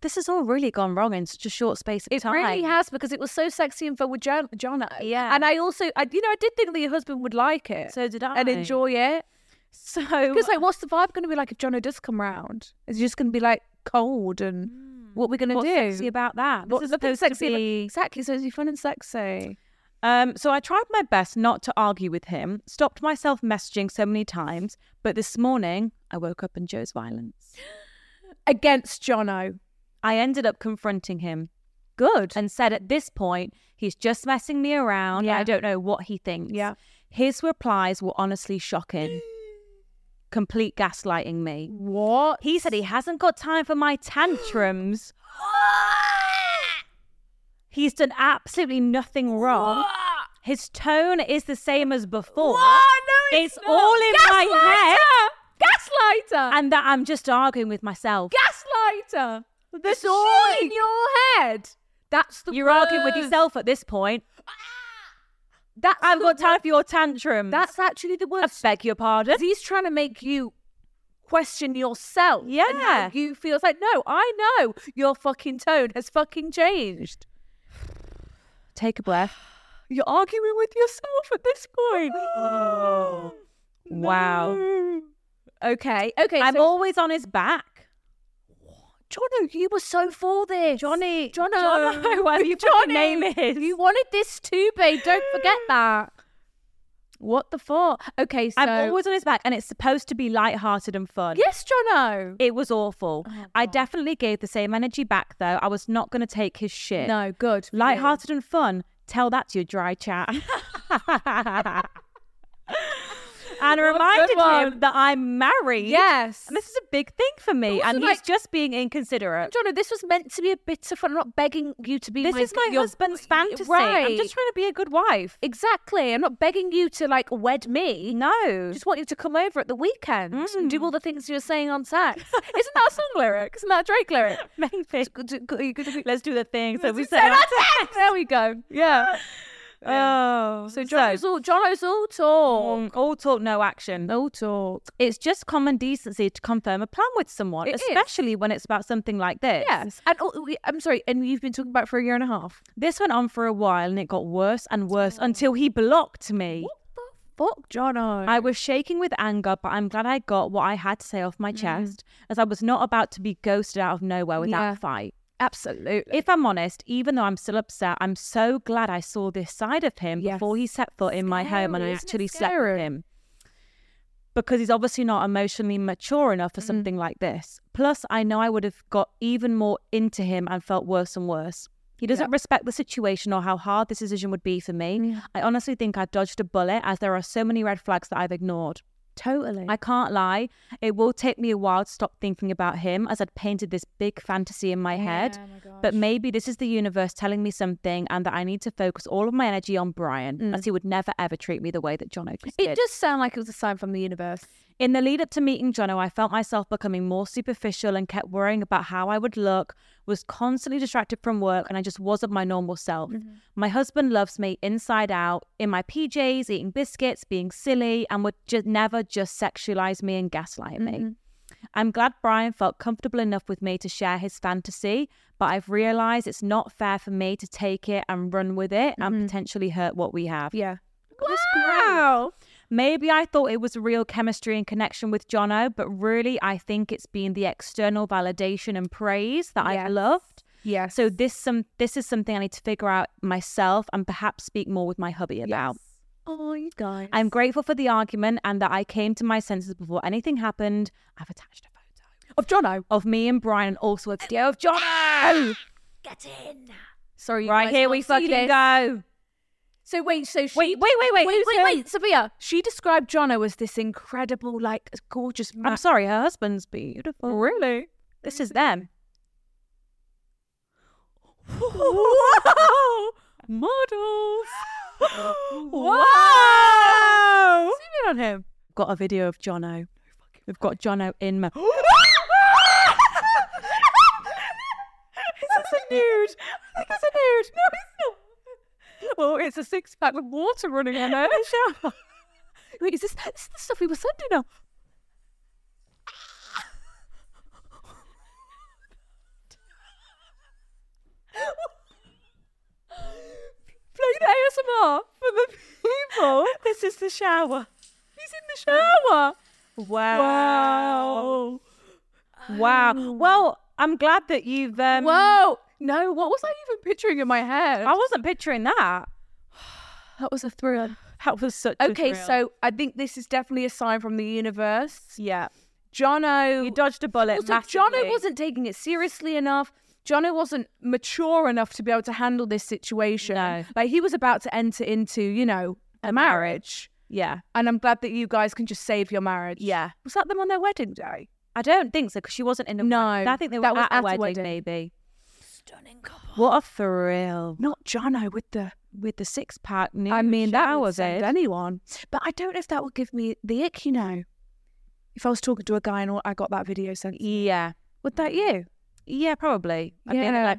Speaker 3: This has all really gone wrong in such a short space of
Speaker 2: It
Speaker 3: time.
Speaker 2: really has because it was so sexy and fun with Jon- Jono.
Speaker 3: Yeah.
Speaker 2: And I also, I, you know, I did think that your husband would like it.
Speaker 3: So did
Speaker 2: And
Speaker 3: I.
Speaker 2: enjoy it.
Speaker 3: <laughs> So
Speaker 2: Because, like, what's the vibe going to be like if Jono does come round? Is it just going to be like cold and what we're gonna
Speaker 3: Hmm. What's
Speaker 2: do.
Speaker 3: sexy about that? This
Speaker 2: What's
Speaker 3: is
Speaker 2: nothing
Speaker 3: supposed
Speaker 2: sexy
Speaker 3: to
Speaker 2: about-
Speaker 3: be
Speaker 2: exactly supposed to be fun and sexy.
Speaker 3: Um, so I tried my best not to argue with him, stopped myself messaging so many times, but this morning I woke up and Joe's violence.
Speaker 2: Against Jono.
Speaker 3: I ended up confronting him
Speaker 2: Good.
Speaker 3: and said at this point, he's just messing me around.
Speaker 2: Yeah.
Speaker 3: I don't know what he thinks.
Speaker 2: Yeah.
Speaker 3: His replies were honestly <gasps> shocking. Complete gaslighting me.
Speaker 2: what?
Speaker 3: He said he hasn't got time for my tantrums. He's done absolutely nothing wrong. His tone is the same as before.
Speaker 2: No,
Speaker 3: it's all in my
Speaker 2: Gaslighter.
Speaker 3: head. And that I'm just arguing with myself.
Speaker 2: gaslighter. It's all in your head. That's the
Speaker 3: You're arguing with
Speaker 2: worst.
Speaker 3: yourself at this point.
Speaker 2: That's
Speaker 3: I've
Speaker 2: the
Speaker 3: got time
Speaker 2: worst.
Speaker 3: for your tantrums.
Speaker 2: That's actually the
Speaker 3: I
Speaker 2: worst.
Speaker 3: beg your pardon.
Speaker 2: 'Cause He's trying to make you question yourself. and how
Speaker 3: Yeah.
Speaker 2: you feel it's like, no, I know your fucking tone has fucking changed.
Speaker 3: Take a breath.
Speaker 2: You're arguing with yourself at this
Speaker 3: <gasps>
Speaker 2: point.
Speaker 3: Wow.
Speaker 2: Okay. Okay.
Speaker 3: I'm
Speaker 2: so-
Speaker 3: always on his back.
Speaker 2: Jono, you were so for this.
Speaker 3: Johnny,
Speaker 2: Jono. <laughs>
Speaker 3: Jono, whatever your fucking name is.
Speaker 2: You wanted this too, babe. Don't forget that. What the fuck? Okay, so.
Speaker 3: I'm always on his back, and it's supposed to be light-hearted and fun.
Speaker 2: Yes, Jono.
Speaker 3: It was awful.
Speaker 2: Oh,
Speaker 3: I definitely gave the same energy back, though. I was not going to take his shit.
Speaker 2: No, good. for you.
Speaker 3: Light-hearted and fun. Tell that to your dry
Speaker 2: <laughs>
Speaker 3: chat. and reminded
Speaker 2: one.
Speaker 3: him that I'm married.
Speaker 2: Yes.
Speaker 3: And this is a big thing for me.
Speaker 2: Also,
Speaker 3: and he's
Speaker 2: like-
Speaker 3: just being inconsiderate.
Speaker 2: Jono, this was meant to be a bit of fun. I'm not begging you to be
Speaker 3: This
Speaker 2: my,
Speaker 3: is my
Speaker 2: your-
Speaker 3: husband's fantasy.
Speaker 2: Right.
Speaker 3: I'm just trying to be a good wife.
Speaker 2: Exactly. I'm not begging you to like wed me.
Speaker 3: No. Mm.
Speaker 2: I just want you to come over at the weekend and do all the things you were saying on
Speaker 3: <laughs>
Speaker 2: sex. Isn't that a song lyric? Isn't that a Drake lyric?
Speaker 3: Maybe. Let's do the thing. So we
Speaker 2: So
Speaker 3: say <laughs>
Speaker 2: that's it. There we go. Yeah. <laughs>
Speaker 3: Oh,
Speaker 2: So Oh. Jono's all Jono's all talk.
Speaker 3: Mm, all talk, no action.
Speaker 2: All talk.
Speaker 3: It's just common decency to confirm a plan with someone,
Speaker 2: It is.
Speaker 3: especially when it's about something like this.
Speaker 2: Yes. And oh, we- I'm sorry. And you've been talking about it for a year and a half.
Speaker 3: This went on for a while and it got worse and worse until he blocked me.
Speaker 2: Fuck Jono.
Speaker 3: I was shaking with anger, but I'm glad I got what I had to say off my chest, as I was not about to be ghosted out of nowhere with
Speaker 2: Yeah.
Speaker 3: that fight.
Speaker 2: absolutely.
Speaker 3: If I'm honest, even though I'm still upset, I'm so glad I saw this side of him
Speaker 2: Yes.
Speaker 3: before he set foot in my home and I
Speaker 2: Scary, isn't it
Speaker 3: actually slept with
Speaker 2: scary?
Speaker 3: him. Because he's obviously not emotionally mature enough for
Speaker 2: Mm.
Speaker 3: something like this. Plus, I know I would have got even more into him and felt worse and worse. He doesn't respect the situation or how hard this decision would be for me. I honestly think I've dodged a bullet as there are so many red flags that I've ignored.
Speaker 2: totally.
Speaker 3: I can't lie. It will take me a while to stop thinking about him as I'd painted this big fantasy in oh my head. but maybe this is the universe telling me something and that I need to focus all of my energy on Brian as he would never ever treat me the way that Jono Mm. just
Speaker 2: it
Speaker 3: did.
Speaker 2: does sound like it was a sign from the universe.
Speaker 3: In the lead up to meeting Jono, I felt myself becoming more superficial and kept worrying about how I would look, was constantly distracted from work, and I just wasn't my normal self. My husband loves me inside out, in my PJs, eating biscuits, being silly, and would just never just sexualize me and gaslight me. I'm glad Brian felt comfortable enough with me to share his fantasy, but I've realized it's not fair for me to take it and run with it and potentially hurt what we have.
Speaker 2: Yeah.
Speaker 3: Wow. Maybe I thought it was real chemistry and connection with Jono, but really I think it's been the external validation and praise that
Speaker 2: Yes.
Speaker 3: I've loved.
Speaker 2: Yeah.
Speaker 3: So this some this is something I need to figure out myself and perhaps speak more with my hubby about.
Speaker 2: oh, you guys.
Speaker 3: I'm grateful for the argument and that I came to my senses before anything happened. I've attached a photo
Speaker 2: of Jono.
Speaker 3: of me and Brian and also a video of Jono.
Speaker 2: Sorry. <gasps> You
Speaker 3: right
Speaker 2: guys
Speaker 3: here we
Speaker 2: can't see
Speaker 3: fucking
Speaker 2: this.
Speaker 3: go.
Speaker 2: So wait, so she
Speaker 3: Wait, wait, wait, wait.
Speaker 2: wait,
Speaker 3: who's
Speaker 2: wait,
Speaker 3: who?
Speaker 2: wait, Sophia. She described Jono as this incredible, like gorgeous man.
Speaker 3: I'm sorry, her husband's beautiful.
Speaker 2: Really?
Speaker 3: This is them.
Speaker 2: Wow!
Speaker 3: models.
Speaker 2: wow! Zoom in on him.
Speaker 3: Got a video of Jono. We've got Jono in. Ma-
Speaker 2: <gasps> This is a nude. I think it's a nude. No, it's not. Well, it's a six pack with water running on it. Wait, is this, this is the stuff we were sending now? Play the ASMR for the people.
Speaker 3: this is the shower.
Speaker 2: He's in the shower.
Speaker 3: Wow. Wow. Well, I'm glad that you've. Um,
Speaker 2: Whoa! No, what was I even picturing in my head?
Speaker 3: I wasn't picturing that.
Speaker 2: that was a thriller.
Speaker 3: That was such. a
Speaker 2: Okay,
Speaker 3: thrill.
Speaker 2: so I think this is definitely a sign from the universe.
Speaker 3: yeah,
Speaker 2: Jono,
Speaker 3: you dodged a bullet.
Speaker 2: also, Jono
Speaker 3: massively.
Speaker 2: wasn't taking it seriously enough. Jono wasn't mature enough to be able to handle this situation.
Speaker 3: No.
Speaker 2: Like he was about to enter into, you know, a marriage.
Speaker 3: Yeah,
Speaker 2: And I'm glad that you guys can just save your marriage.
Speaker 3: Yeah.
Speaker 2: Was that them on their wedding day?
Speaker 3: I don't think so because she wasn't in a.
Speaker 2: No,
Speaker 3: I think they were
Speaker 2: that was
Speaker 3: at a
Speaker 2: at a
Speaker 3: wedding,
Speaker 2: wedding.
Speaker 3: maybe. Stunning couple. What a thrill!
Speaker 2: Not Jono with the
Speaker 3: With the six pack.
Speaker 2: I mean, that
Speaker 3: was
Speaker 2: was
Speaker 3: it.
Speaker 2: send anyone. But I don't know if that would give me the ick, you know. If I was talking to a guy and all- I got that video sent,
Speaker 3: Yeah,
Speaker 2: would that you?
Speaker 3: yeah, probably. I think
Speaker 2: Yeah.
Speaker 3: like,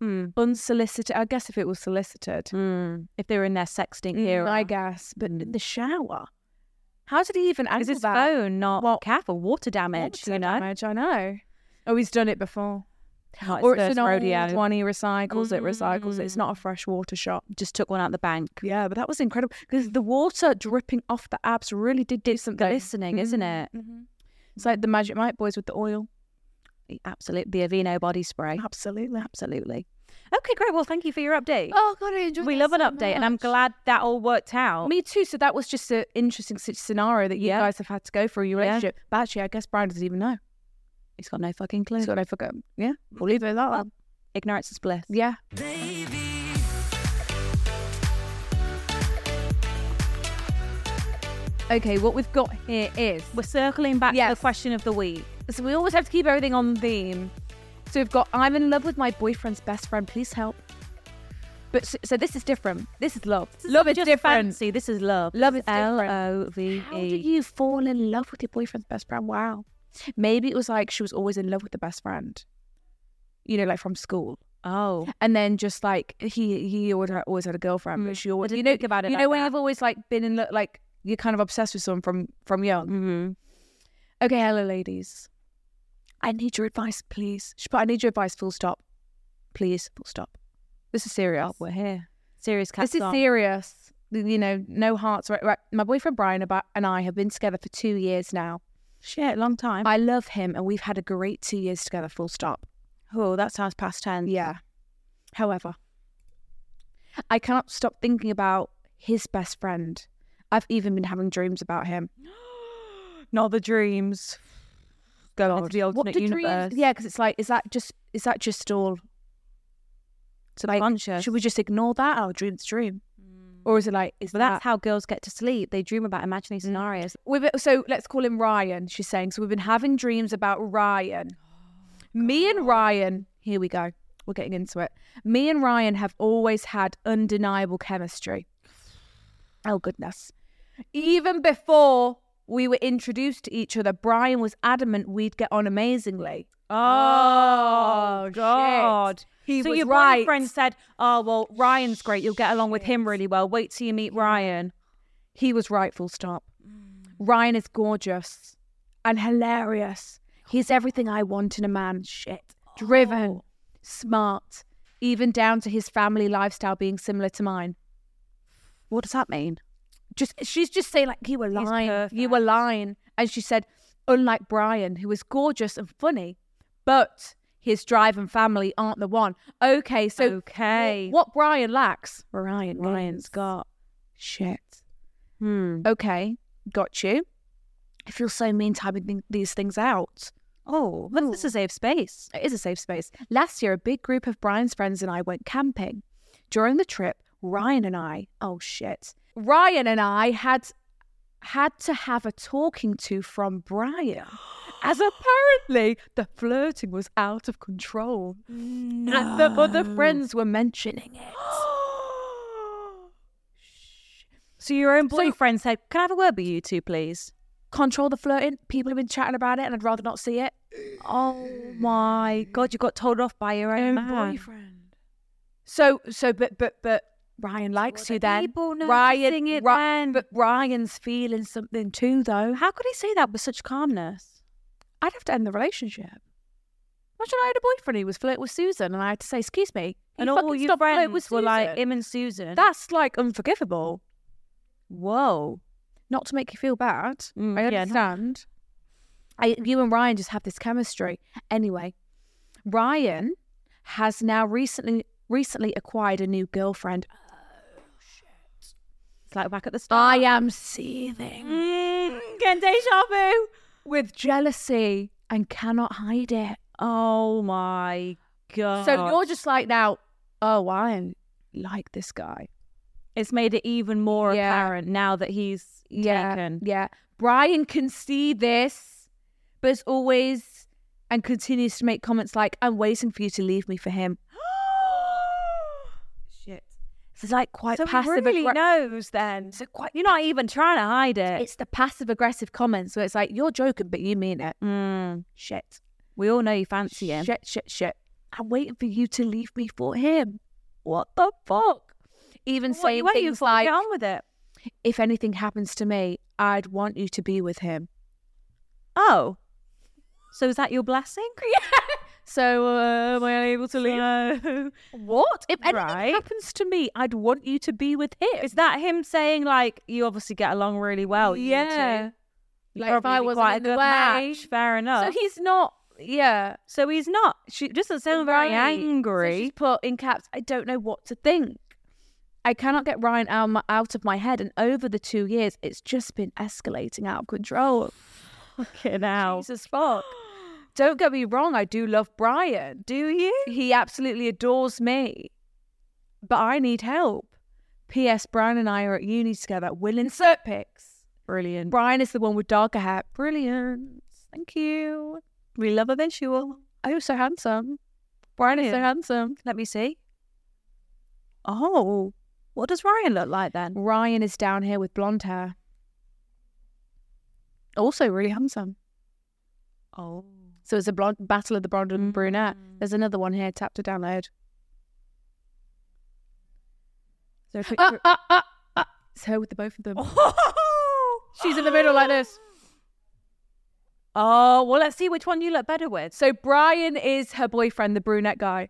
Speaker 3: hmm,
Speaker 2: Unsolicited. I guess if it was solicited,
Speaker 3: hmm, if they were in their sexting
Speaker 2: Mm,
Speaker 3: era. Hmm.
Speaker 2: I guess. But in the shower, how did he even
Speaker 3: Is
Speaker 2: answer
Speaker 3: his
Speaker 2: that?
Speaker 3: phone not
Speaker 2: Well,
Speaker 3: careful? Water damage,
Speaker 2: Water
Speaker 3: you know?
Speaker 2: damage, I know. Oh, he's done it before.
Speaker 3: Not his
Speaker 2: or it's
Speaker 3: first
Speaker 2: an old
Speaker 3: rodeo.
Speaker 2: one. He recycles it, recycles it. It's not a fresh water shot.
Speaker 3: Just took one out the bank.
Speaker 2: Yeah, but that was incredible because the water dripping off the abs really did do something.
Speaker 3: Glistening, isn't it?
Speaker 2: Mm-hmm. It's like the Magic Mike boys with the oil.
Speaker 3: Absolutely. The Aveeno body spray.
Speaker 2: Absolutely.
Speaker 3: Absolutely. Okay, great. Well, thank you for your update.
Speaker 2: Oh god, I enjoyed.
Speaker 3: we
Speaker 2: that
Speaker 3: love an
Speaker 2: so
Speaker 3: update, and I'm
Speaker 2: much.
Speaker 3: glad that all worked out.
Speaker 2: Me too. So that was just an interesting sit- scenario that you
Speaker 3: Yeah.
Speaker 2: guys have had to go through your relationship. But actually, I guess Brian doesn't even know.
Speaker 3: He's got no fucking clue.
Speaker 2: He's got no fucking yeah. We'll leave it at that.
Speaker 3: Ignorance is bliss.
Speaker 2: yeah.
Speaker 1: Baby.
Speaker 2: Okay. What we've got here is
Speaker 3: We're circling back to
Speaker 2: Yes.
Speaker 3: the question of the week.
Speaker 2: so we always have to keep everything on theme. So we've got I'm in love with my boyfriend's best friend. Please help. But so, so this is different. This is love. love is
Speaker 3: just
Speaker 2: different.
Speaker 3: Fancy. This is love.
Speaker 2: Love is
Speaker 3: L
Speaker 2: different.
Speaker 3: O V
Speaker 2: How did
Speaker 3: E.
Speaker 2: you fall in love with your boyfriend's best friend? Wow. Maybe it was like she was always in love with the best friend. You know, like from school.
Speaker 3: Oh,
Speaker 2: and then just like he he always had, always had a girlfriend,
Speaker 3: Mm.
Speaker 2: but she
Speaker 3: I
Speaker 2: always
Speaker 3: didn't
Speaker 2: you know
Speaker 3: think about it
Speaker 2: You
Speaker 3: like
Speaker 2: know when
Speaker 3: that.
Speaker 2: you've always like been in lo- like you're kind of obsessed with someone from from young.
Speaker 3: mm-hmm.
Speaker 2: Okay, hello ladies, I need your advice, please. Sh- But I need your advice. Full stop, please. Full stop. This is serious.
Speaker 3: we're here. Serious cats.
Speaker 2: This is serious. You know, no hearts. Right, right. My boyfriend Brian about, and I have been together for two years now.
Speaker 3: Shit, long time.
Speaker 2: I love him, and we've had a great two years together. Full stop.
Speaker 3: oh, that sounds past tense.
Speaker 2: Yeah. However, I cannot stop thinking about his best friend. I've even been having dreams about him.
Speaker 3: Not the dreams. Go on. The alternate
Speaker 2: do
Speaker 3: universe.
Speaker 2: Yeah, because it's like, is that just is that just all? Like,
Speaker 3: Subconscious.
Speaker 2: should we just ignore that? Our dream's a dream, or is it like is
Speaker 3: But
Speaker 2: that Mm.
Speaker 3: that's how girls get to sleep. They dream about imaginary scenarios.
Speaker 2: We've, so let's call him Ryan. She's saying so. We've been having dreams about Ryan. <gasps> Me and Ryan. Here we go. We're getting into it. Me and Ryan have always had undeniable chemistry. Oh goodness! Even before we were introduced to each other, Brian was adamant we'd get on amazingly. Oh, shit. He
Speaker 3: so
Speaker 2: was
Speaker 3: your
Speaker 2: right.
Speaker 3: boyfriend said, "Oh well, Ryan's great. You'll get along with him really well. Wait till you meet Ryan."
Speaker 2: He was right, full stop.
Speaker 3: Mm.
Speaker 2: Ryan is gorgeous and hilarious. He's
Speaker 3: Oh.
Speaker 2: everything I want in a man. Shit. Driven, smart, even down to his family lifestyle being similar to mine.
Speaker 3: What does that mean?
Speaker 2: Just she's just saying like you were
Speaker 3: He's
Speaker 2: lying. You were
Speaker 3: perfect.
Speaker 2: lying. And she said, unlike Brian, who is gorgeous and funny, but his drive and family aren't the one. Okay, so
Speaker 3: Okay.
Speaker 2: what Brian lacks, Ryan Ryan's
Speaker 3: needs.
Speaker 2: got shit.
Speaker 3: Hmm.
Speaker 2: okay, got you. I feel so mean typing these things out.
Speaker 3: Oh, well, this is a safe space.
Speaker 2: It is a safe space. Last year, a big group of Brian's friends and I went camping. During the trip, Ryan and I, oh shit, Ryan and I had had to have a talking to from
Speaker 3: <gasps>
Speaker 2: Brian, as apparently the flirting was out of control, and the other friends were mentioning
Speaker 3: <gasps>
Speaker 2: it.
Speaker 3: So your own
Speaker 2: So-
Speaker 3: boyfriend said, "Can I have a word with you two, please?"
Speaker 2: Control the flirting. People have been chatting about it, and I'd rather not see it.
Speaker 3: Oh my God, you got told off by your own man.
Speaker 2: So so but but but Ryan likes you
Speaker 3: the
Speaker 2: then.
Speaker 3: people
Speaker 2: Ryan
Speaker 3: noticing it
Speaker 2: Ri-
Speaker 3: then?
Speaker 2: but Ryan's feeling something too though.
Speaker 3: How could he say that with such calmness?
Speaker 2: I'd have to end the relationship. Imagine I had a boyfriend who was flirting with Susan and I had to say, excuse me. can
Speaker 3: And
Speaker 2: you
Speaker 3: all
Speaker 2: fucking
Speaker 3: your
Speaker 2: stop flirting with
Speaker 3: friends were like
Speaker 2: Susan?"
Speaker 3: him and Susan.
Speaker 2: That's like unforgivable.
Speaker 3: whoa.
Speaker 2: Not to make you feel bad.
Speaker 3: Mm,
Speaker 2: I
Speaker 3: yeah, no.
Speaker 2: understand. I, you and Ryan just have this chemistry. Anyway, Ryan has now recently recently acquired a new girlfriend. Oh,
Speaker 3: It's like back at
Speaker 2: I
Speaker 3: the start.
Speaker 2: am seething
Speaker 3: Mm, getting deja vu.
Speaker 2: with jealousy and cannot hide it.
Speaker 3: Oh my god.
Speaker 2: So you're just like now, oh, I like this guy.
Speaker 3: it's made it even more
Speaker 2: Yeah.
Speaker 3: apparent now that he's
Speaker 2: Yeah,
Speaker 3: taken.
Speaker 2: yeah. Brian can see this, but is always and continues to make comments like, "I'm waiting for you to leave me for him." <gasps>
Speaker 3: Shit.
Speaker 2: So it's like quite
Speaker 3: so he
Speaker 2: passive.
Speaker 3: really
Speaker 2: aggre-
Speaker 3: knows then.
Speaker 2: So quite.
Speaker 3: You're not even trying to hide it.
Speaker 2: It's the passive aggressive comments where it's like, "You're joking, but you mean it."
Speaker 3: Mm,
Speaker 2: Shit.
Speaker 3: we all know you fancy him.
Speaker 2: Shit. Shit. Shit. I'm waiting for you to leave me for him.
Speaker 3: What the fuck?
Speaker 2: Even
Speaker 3: What-
Speaker 2: saying
Speaker 3: what are you
Speaker 2: things
Speaker 3: for?
Speaker 2: like,
Speaker 3: get on with it.
Speaker 2: "If anything happens to me, I'd want you to be with him."
Speaker 3: Oh, so is that your blessing?
Speaker 2: <laughs> So uh, am I unable to leave? <laughs>
Speaker 3: So-
Speaker 2: What? If anything
Speaker 3: Right.
Speaker 2: happens to me, I'd want you to be with him.
Speaker 3: is that him saying like you obviously get along really well? you two.
Speaker 2: Yeah.
Speaker 3: You'd
Speaker 2: Like, if
Speaker 3: probably
Speaker 2: I
Speaker 3: be
Speaker 2: wasn't
Speaker 3: quite
Speaker 2: in
Speaker 3: a
Speaker 2: the
Speaker 3: good
Speaker 2: way.
Speaker 3: match. Fair enough.
Speaker 2: So he's not. Yeah.
Speaker 3: So he's not. She doesn't sound very
Speaker 2: Right. So she's
Speaker 3: angry.
Speaker 2: put in caps. I don't know what to think. I cannot get Ryan out of my- out of my head, and over the two years, it's just been escalating out of control.
Speaker 3: <sighs> Fucking hell.
Speaker 2: Jesus fuck. Don't get me wrong, I do love Brian. Do you? He absolutely adores me. But I need help. P.S. Brian and I are at uni together. We'll insert pics.
Speaker 3: Brilliant.
Speaker 2: Brian is the one with darker hair. Brilliant. Thank you.
Speaker 3: We love a visual.
Speaker 2: Oh, so handsome. Brian is so
Speaker 3: Brilliant.
Speaker 2: handsome.
Speaker 3: Let me see. Oh, what does Ryan look like then?
Speaker 2: Ryan is down here with blonde hair. Also, really
Speaker 3: <laughs>
Speaker 2: handsome.
Speaker 3: Oh,
Speaker 2: So it's a blonde battle of the blonde and brunette. There's another one here. Tap to download.
Speaker 3: so a
Speaker 2: Ah,
Speaker 3: picture-
Speaker 2: ah, ah, ah. It's her with the both of them. She's in the middle like this.
Speaker 3: Oh, well, let's see which one you look better with.
Speaker 2: So Brian is her boyfriend, the brunette guy.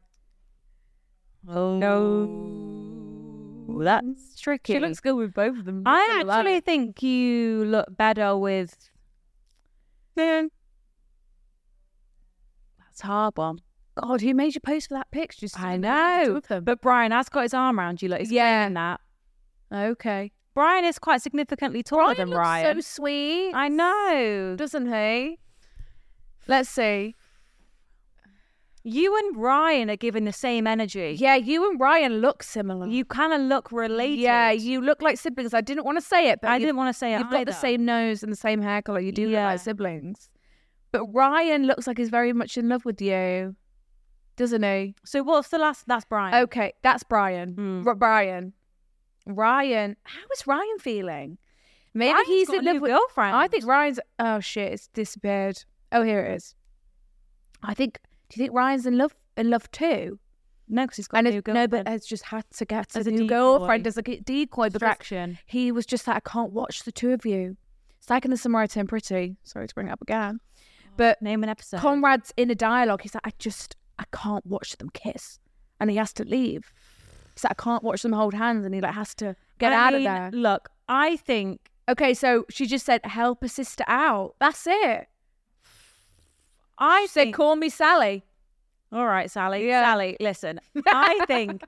Speaker 3: Oh no, that's tricky.
Speaker 2: She looks good with both of them.
Speaker 3: I
Speaker 2: Doesn't look like
Speaker 3: actually
Speaker 2: it.
Speaker 3: think you look better with. Then that's a hard one.
Speaker 2: God, who made you post for that picture? Just
Speaker 3: I
Speaker 2: to look at the two
Speaker 3: know,
Speaker 2: of them.
Speaker 3: but Brian has got his arm around you. Like, he's
Speaker 2: Yeah.
Speaker 3: claiming that.
Speaker 2: okay.
Speaker 3: Brian is quite significantly taller than Ryan.
Speaker 2: so sweet.
Speaker 3: I know.
Speaker 2: doesn't he? Let's see.
Speaker 3: You and Ryan are giving the same energy.
Speaker 2: Yeah, you and Ryan look similar.
Speaker 3: You kind of look related.
Speaker 2: yeah, you look like siblings. I didn't want to say it, but
Speaker 3: I
Speaker 2: you-
Speaker 3: didn't want to say it.
Speaker 2: You've got the
Speaker 3: either.
Speaker 2: same nose and the same hair color. You do look
Speaker 3: Yeah.
Speaker 2: like siblings. But Ryan looks like he's very much in love with you, doesn't he?
Speaker 3: So what's the last? That's Brian. Hmm.
Speaker 2: Okay, that's Brian. R- Brian. Ryan. How is Ryan feeling? Maybe
Speaker 3: Ryan's
Speaker 2: he's
Speaker 3: got
Speaker 2: in
Speaker 3: a
Speaker 2: love
Speaker 3: new
Speaker 2: with
Speaker 3: girlfriend.
Speaker 2: I think Ryan's. Oh shit! It's disappeared. Oh, here it is. I think. Do you think Ryan's in love? In love too?
Speaker 3: No, because he's got
Speaker 2: and
Speaker 3: a new
Speaker 2: it's, no, but
Speaker 3: girlfriend.
Speaker 2: has just had to get
Speaker 3: As
Speaker 2: a
Speaker 3: a
Speaker 2: new girlfriend
Speaker 3: decoy.
Speaker 2: as a g- decoy because
Speaker 3: Distraction.
Speaker 2: He was just like, I can't watch the two of you. It's like in the summer I turn pretty. Sorry to bring it up again,
Speaker 3: Oh.
Speaker 2: but
Speaker 3: Name an episode.
Speaker 2: Conrad's in a dialogue. He's like, I just, I can't watch them kiss, and he has to leave. He's like, I can't watch them hold hands, and he like has to get
Speaker 3: I
Speaker 2: out
Speaker 3: mean,
Speaker 2: of there.
Speaker 3: Look, I think
Speaker 2: Okay, so she just said, help her sister out. That's it.
Speaker 3: I
Speaker 2: She said,
Speaker 3: think-
Speaker 2: call me Sally.
Speaker 3: All right, Sally.
Speaker 2: Yeah.
Speaker 3: Sally, listen. I
Speaker 2: <laughs>
Speaker 3: think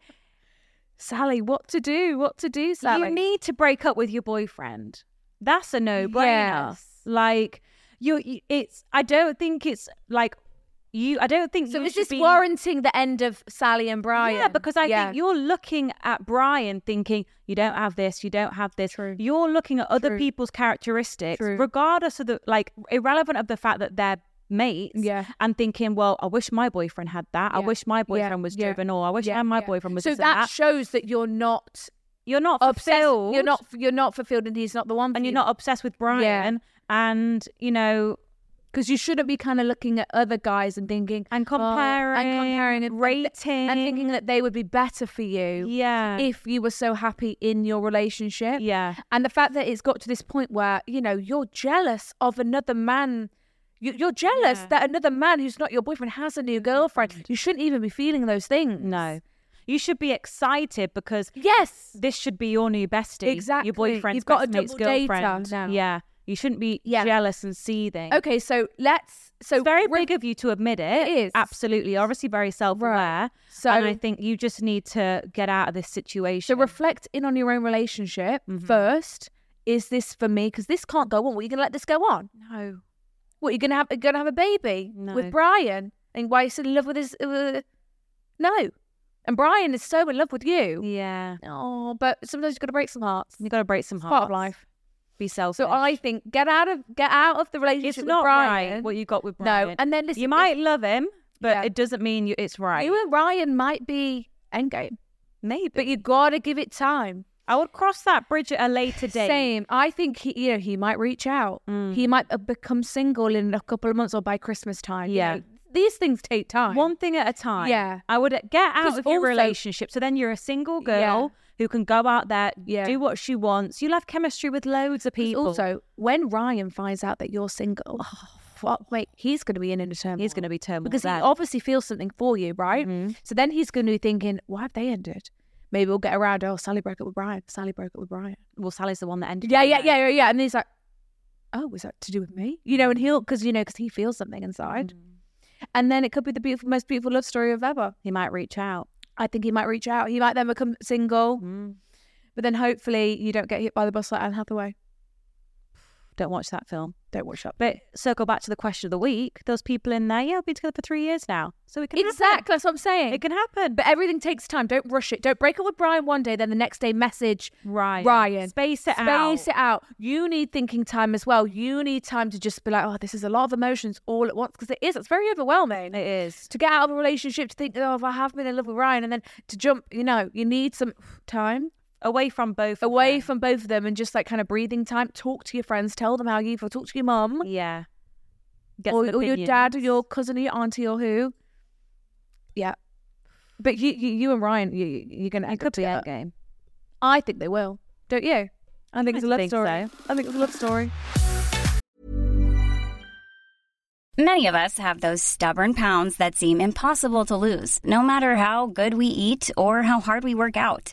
Speaker 2: Sally, what to do? What to do, Sally?
Speaker 3: you need to break up with your boyfriend. That's a no-brainer.
Speaker 2: Yes.
Speaker 3: Like you, you- it's. I don't think it's like you. I don't think
Speaker 2: so
Speaker 3: you
Speaker 2: is
Speaker 3: should
Speaker 2: this
Speaker 3: be-
Speaker 2: warranting the end of Sally and Brian?
Speaker 3: Yeah, because I think you're looking at Brian thinking, you don't have this, you don't have this.
Speaker 2: True.
Speaker 3: You're looking at other
Speaker 2: True.
Speaker 3: people's characteristics,
Speaker 2: True.
Speaker 3: regardless of the, like, irrelevant of the fact that they're mates.
Speaker 2: Yeah.
Speaker 3: And thinking, well, I wish my boyfriend had that. I
Speaker 2: Yeah.
Speaker 3: wish my
Speaker 2: Yeah.
Speaker 3: boyfriend was
Speaker 2: Yeah.
Speaker 3: driven, or I wish
Speaker 2: Yeah.
Speaker 3: I- my
Speaker 2: Yeah.
Speaker 3: boyfriend was
Speaker 2: So
Speaker 3: this and
Speaker 2: that,
Speaker 3: that.
Speaker 2: shows that you're not
Speaker 3: You're not
Speaker 2: obsessed.
Speaker 3: fulfilled.
Speaker 2: You're not you're not fulfilled, and he's not the one.
Speaker 3: And you're not obsessed with Brian. And, you know,
Speaker 2: because you shouldn't be kind of looking at other guys and thinking
Speaker 3: And
Speaker 2: "Oh," and
Speaker 3: comparing,
Speaker 2: comparing and
Speaker 3: rating.
Speaker 2: and thinking that they would be better for you
Speaker 3: yeah.
Speaker 2: if you were so happy in your relationship.
Speaker 3: yeah.
Speaker 2: And the fact that it's got to this point where you know you're jealous of another man. You- You're jealous
Speaker 3: Yeah. Mm.
Speaker 2: that another man who's not your boyfriend has a new girlfriend. You shouldn't even be feeling those things.
Speaker 3: No. You should be excited because
Speaker 2: Yes.
Speaker 3: this should be your new bestie.
Speaker 2: Exactly.
Speaker 3: Your boyfriend's
Speaker 2: You've got a
Speaker 3: best mate's
Speaker 2: double data
Speaker 3: girlfriend.
Speaker 2: now.
Speaker 3: Yeah. You shouldn't be
Speaker 2: Yeah.
Speaker 3: jealous and seething.
Speaker 2: Okay, so let's. So
Speaker 3: it's very
Speaker 2: re-
Speaker 3: big of you to admit
Speaker 2: It
Speaker 3: it.
Speaker 2: is.
Speaker 3: absolutely. You're obviously very self-aware.
Speaker 2: So-
Speaker 3: and I think you just need to get out of this situation.
Speaker 2: So reflect in on your own relationship
Speaker 3: Mm-hmm.
Speaker 2: first. Is this for me? Because this can't go on. What are you gonna let this go on?
Speaker 3: no.
Speaker 2: What you gonna have? you Gonna have a baby
Speaker 3: No.
Speaker 2: with Brian? And why you so in love with his? Uh, no, and Brian is so in love with you.
Speaker 3: Yeah.
Speaker 2: Oh, but sometimes you gotta break some hearts.
Speaker 3: You got to break some hearts.
Speaker 2: part of life.
Speaker 3: Be selfish.
Speaker 2: So I think get out of get out of the relationship
Speaker 3: it's
Speaker 2: with
Speaker 3: not
Speaker 2: Brian.
Speaker 3: right what you got with
Speaker 2: No,
Speaker 3: Brian.
Speaker 2: and then listen,
Speaker 3: you
Speaker 2: if-
Speaker 3: might love him, but
Speaker 2: Yeah.
Speaker 3: it doesn't mean you, it's right.
Speaker 2: You and Ryan might be endgame,
Speaker 3: Maybe,
Speaker 2: but you gotta give it time.
Speaker 3: I would cross that bridge at a later date.
Speaker 2: Same. I think he, you know, he might reach out. He might uh, become single in a couple of months or by Christmas time. you
Speaker 3: Yeah.
Speaker 2: know. these things take time.
Speaker 3: One thing at a time.
Speaker 2: Yeah.
Speaker 3: I would get out
Speaker 2: 'Cause
Speaker 3: of your
Speaker 2: also-
Speaker 3: relationship. So then you're a single girl
Speaker 2: Yeah.
Speaker 3: who can go out there,
Speaker 2: Yeah.
Speaker 3: do what she wants. You'll have chemistry with loads of
Speaker 2: 'Cause
Speaker 3: people.
Speaker 2: Also, when Ryan finds out that you're single, Oh, fuck, wait, he's going to be in a turmoil. Mm-hmm.
Speaker 3: He's gonna be turmoil
Speaker 2: because
Speaker 3: then.
Speaker 2: he obviously feels something for you, right? So then he's going to be thinking, why have they ended? Maybe we'll get around. Oh, Sally broke up with Brian. Sally broke up with Brian.
Speaker 3: well, Sally's the one that ended.
Speaker 2: Yeah,
Speaker 3: it,
Speaker 2: yeah, yeah, yeah, yeah. And he's like, oh, was that to do with me? You know, and he'll, because, you know, because he feels something inside. And then it could be the beautiful, most beautiful love story of ever.
Speaker 3: He might reach out.
Speaker 2: I think he might reach out. He might then become single. But then hopefully you don't get hit by the bus like Anne Hathaway.
Speaker 3: Don't watch that film.
Speaker 2: Don't watch that.
Speaker 3: But circle back to the question of the week. Those people in there, yeah, we've been together for three years now. So it can
Speaker 2: <laughs>
Speaker 3: happen.
Speaker 2: Exactly. That's what I'm saying.
Speaker 3: It can happen.
Speaker 2: but everything takes time. Don't rush it. Don't break up with Brian one day, then the next day message
Speaker 3: Ryan.
Speaker 2: Ryan.
Speaker 3: Space it
Speaker 2: Space
Speaker 3: out.
Speaker 2: it out. You need thinking time as well. You need time to just be like, oh, this is a lot of emotions all at once. Because it is. It's very overwhelming.
Speaker 3: It is.
Speaker 2: to get out of a relationship to think, oh, if I have been in love with Ryan, and then to jump, you know, you need some time
Speaker 3: Away from both. of
Speaker 2: away
Speaker 3: them.
Speaker 2: from both of them and just like kind of breathing time. Talk to your friends, tell them how you feel, talk to your mum
Speaker 3: Yeah. Get
Speaker 2: or,
Speaker 3: some
Speaker 2: or your dad or
Speaker 3: opinions.
Speaker 2: your cousin or your auntie or who. Yeah. But you, you, you and Ryan, you, you- you're going to
Speaker 3: It
Speaker 2: end
Speaker 3: could
Speaker 2: up
Speaker 3: be
Speaker 2: together.
Speaker 3: endgame.
Speaker 2: I think they will. Don't you? I think it's a
Speaker 3: I
Speaker 2: love
Speaker 3: think
Speaker 2: story.
Speaker 3: so.
Speaker 2: I think it's a love story.
Speaker 4: Many of us have those stubborn pounds that seem impossible to lose, no matter how good we eat or how hard we work out.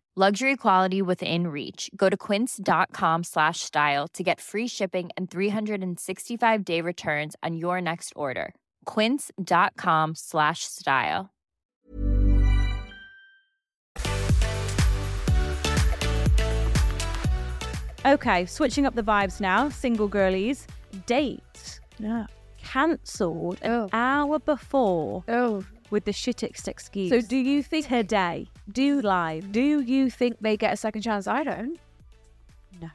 Speaker 5: Luxury quality within reach. Go to quince.com slash style to get free shipping and 365 day returns on your next order. Quince.com slash style.
Speaker 3: Okay, switching up the vibes now. Single girlies. Date. Yeah. Cancelled an
Speaker 2: Oh.
Speaker 3: hour before
Speaker 2: Oh.
Speaker 3: with the shit excuse.
Speaker 2: So do you think
Speaker 3: today. Do live.
Speaker 2: do you think they get a second chance? I don't.
Speaker 3: No.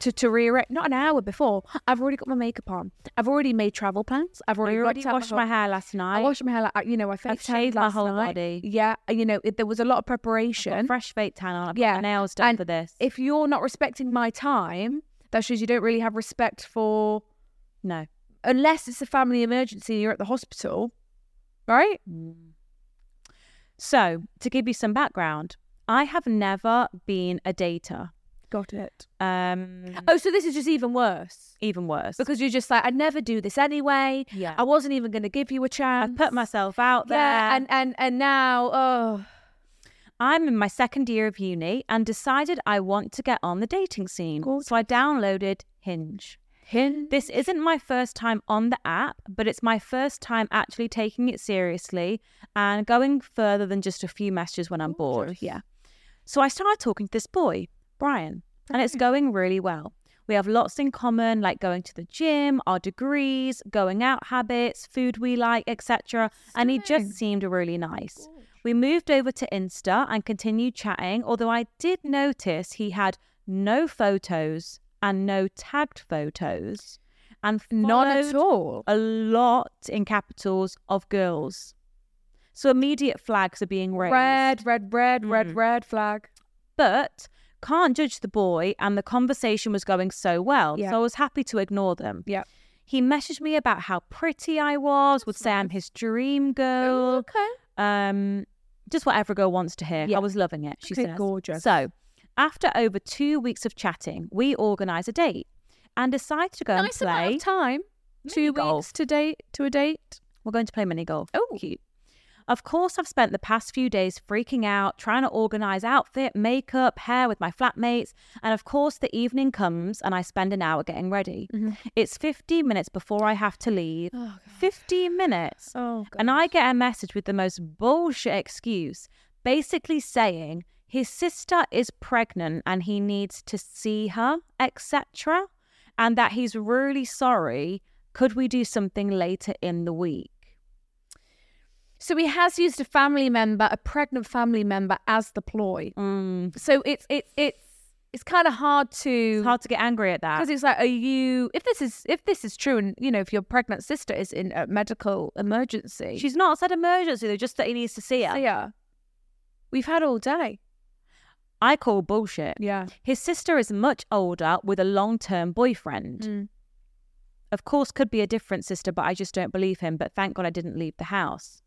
Speaker 2: To to rearrange not an hour before. I've already got my makeup on. I've already made travel plans. I've
Speaker 3: I
Speaker 2: already,
Speaker 3: already
Speaker 2: blocked out
Speaker 3: washed
Speaker 2: whole-
Speaker 3: my hair last
Speaker 2: I
Speaker 3: night.
Speaker 2: washed my hair like you know I face
Speaker 3: shaved
Speaker 2: shaved
Speaker 3: my
Speaker 2: last
Speaker 3: whole
Speaker 2: night.
Speaker 3: body.
Speaker 2: Yeah, uh, you know it, there was a lot of
Speaker 3: I've got
Speaker 2: preparation.
Speaker 3: fresh fake tan on. I've got
Speaker 2: yeah,
Speaker 3: my nails done
Speaker 2: and
Speaker 3: for this.
Speaker 2: If you're not respecting my time, that shows you don't really have respect for
Speaker 3: no.
Speaker 2: unless it's a family emergency and you're at the hospital, right?
Speaker 3: So to give you some background, I have never been a dater.
Speaker 2: Got it.
Speaker 3: Um,
Speaker 2: Oh, so this is just even worse
Speaker 3: even worse
Speaker 2: because you're just like I never do this anyway.
Speaker 3: Yeah.
Speaker 2: I wasn't even going to give you a chance.
Speaker 3: I've put myself out there,
Speaker 2: Yeah, and and and now, oh,
Speaker 3: I'm in my second year of uni and decided I want to get on the dating scene. So I downloaded Hinge.
Speaker 2: him.
Speaker 3: This isn't my first time on the app, but it's my first time actually taking it seriously and going further than just a few messages when I'm bored. Yeah. So I started talking to this boy, Brian, and it's going really well. We have lots in common, like going to the gym, our degrees, going out habits, food we like, etc. And he just seemed really nice. We moved over to Insta and continued chatting, although I did notice he had no photos and no tagged photos, and
Speaker 2: None at
Speaker 3: followed
Speaker 2: all.
Speaker 3: A lot in capitals of girls. So immediate flags are being raised.
Speaker 2: Red, red, red, red,
Speaker 3: Mm-hmm.
Speaker 2: red flag.
Speaker 3: but can't judge the boy and the conversation was going so well
Speaker 2: Yeah.
Speaker 3: so i was happy to ignore them
Speaker 2: Yeah.
Speaker 3: he messaged me about how pretty i was would say i'm his
Speaker 2: Oh,
Speaker 3: dream girl
Speaker 2: okay.
Speaker 3: um just what every girl wants to hear
Speaker 2: Yeah.
Speaker 3: i was loving it she
Speaker 2: Okay,
Speaker 3: says
Speaker 2: gorgeous.
Speaker 3: so after over two weeks of chatting we organize a date and decide to go and
Speaker 2: Nice amount
Speaker 3: play
Speaker 2: of time. Two
Speaker 3: mini golf.
Speaker 2: weeks to date to a date.
Speaker 3: we're going to play mini golf. Oh, cute. Of course, I've spent the past few days freaking out, trying to organize outfit, makeup, hair with my flatmates. And of course, the evening comes and I spend an hour getting ready.
Speaker 2: Mm-hmm.
Speaker 3: It's 15 minutes before I have to leave. 15 minutes.
Speaker 2: Oh,
Speaker 3: and I get a message with the most bullshit excuse, basically saying his sister is pregnant and he needs to see her, etc. And that he's really sorry. Could we do something later in the week?
Speaker 2: So he has used a family member, a pregnant family member, as the ploy. So it's it's it's it's kind of hard to
Speaker 3: It's hard to get angry at that.
Speaker 2: because it's like, are you? If this is if this is true, and you know, if your pregnant sister is in a medical emergency,
Speaker 3: She's not said emergency, though, just that he needs to see her.
Speaker 2: So, yeah. We've had all day.
Speaker 3: I call bullshit.
Speaker 2: Yeah.
Speaker 3: His sister is much older with a long term boyfriend.
Speaker 2: Mm.
Speaker 3: Of course, could be a different sister, but I just don't believe him. But thank God I didn't leave the house.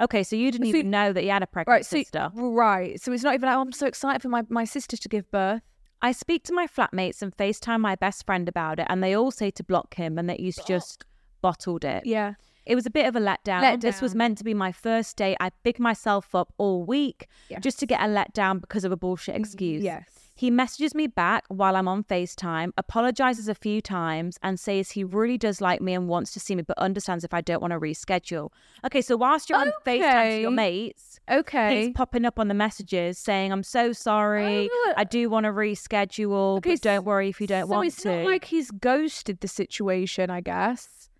Speaker 3: Okay, so you didn't
Speaker 2: So-
Speaker 3: even know that he had a pregnant
Speaker 2: Right. So
Speaker 3: sister.
Speaker 2: right. So it's not even like oh, I'm so excited for my my sister to give birth.
Speaker 3: I speak to my flatmates and FaceTime my best friend about it, and they all say to block him and that he's just bottled it.
Speaker 2: Yeah.
Speaker 3: It was a bit of a letdown.
Speaker 2: Letdown.
Speaker 3: This was meant to be my first date. I big myself up all week
Speaker 2: Yes.
Speaker 3: just to get a letdown because of a bullshit excuse.
Speaker 2: yes.
Speaker 3: He messages me back while I'm on FaceTime, apologizes a few times, and says he really does like me and wants to see me, but understands if I don't want to reschedule. Okay, so whilst you're on FaceTime to
Speaker 2: Okay.
Speaker 3: your mates,
Speaker 2: Okay.
Speaker 3: He's popping up on the messages saying, I'm so sorry.
Speaker 2: Oh.
Speaker 3: I do want to reschedule,
Speaker 2: Okay,
Speaker 3: but don't worry if you don't
Speaker 2: so
Speaker 3: want
Speaker 2: it's
Speaker 3: to.
Speaker 2: not like he's ghosted the situation, I guess.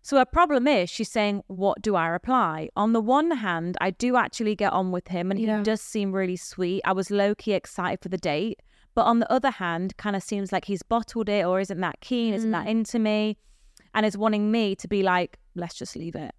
Speaker 3: So her problem is she's saying, What do I reply? On the one hand, I do actually get on with him and
Speaker 2: Yeah.
Speaker 3: he does seem really sweet. I was low key excited for the date. But on the other hand, kind of seems like he's bottled it or isn't that keen, isn't that into me, and is wanting me to be like, Let's just leave it.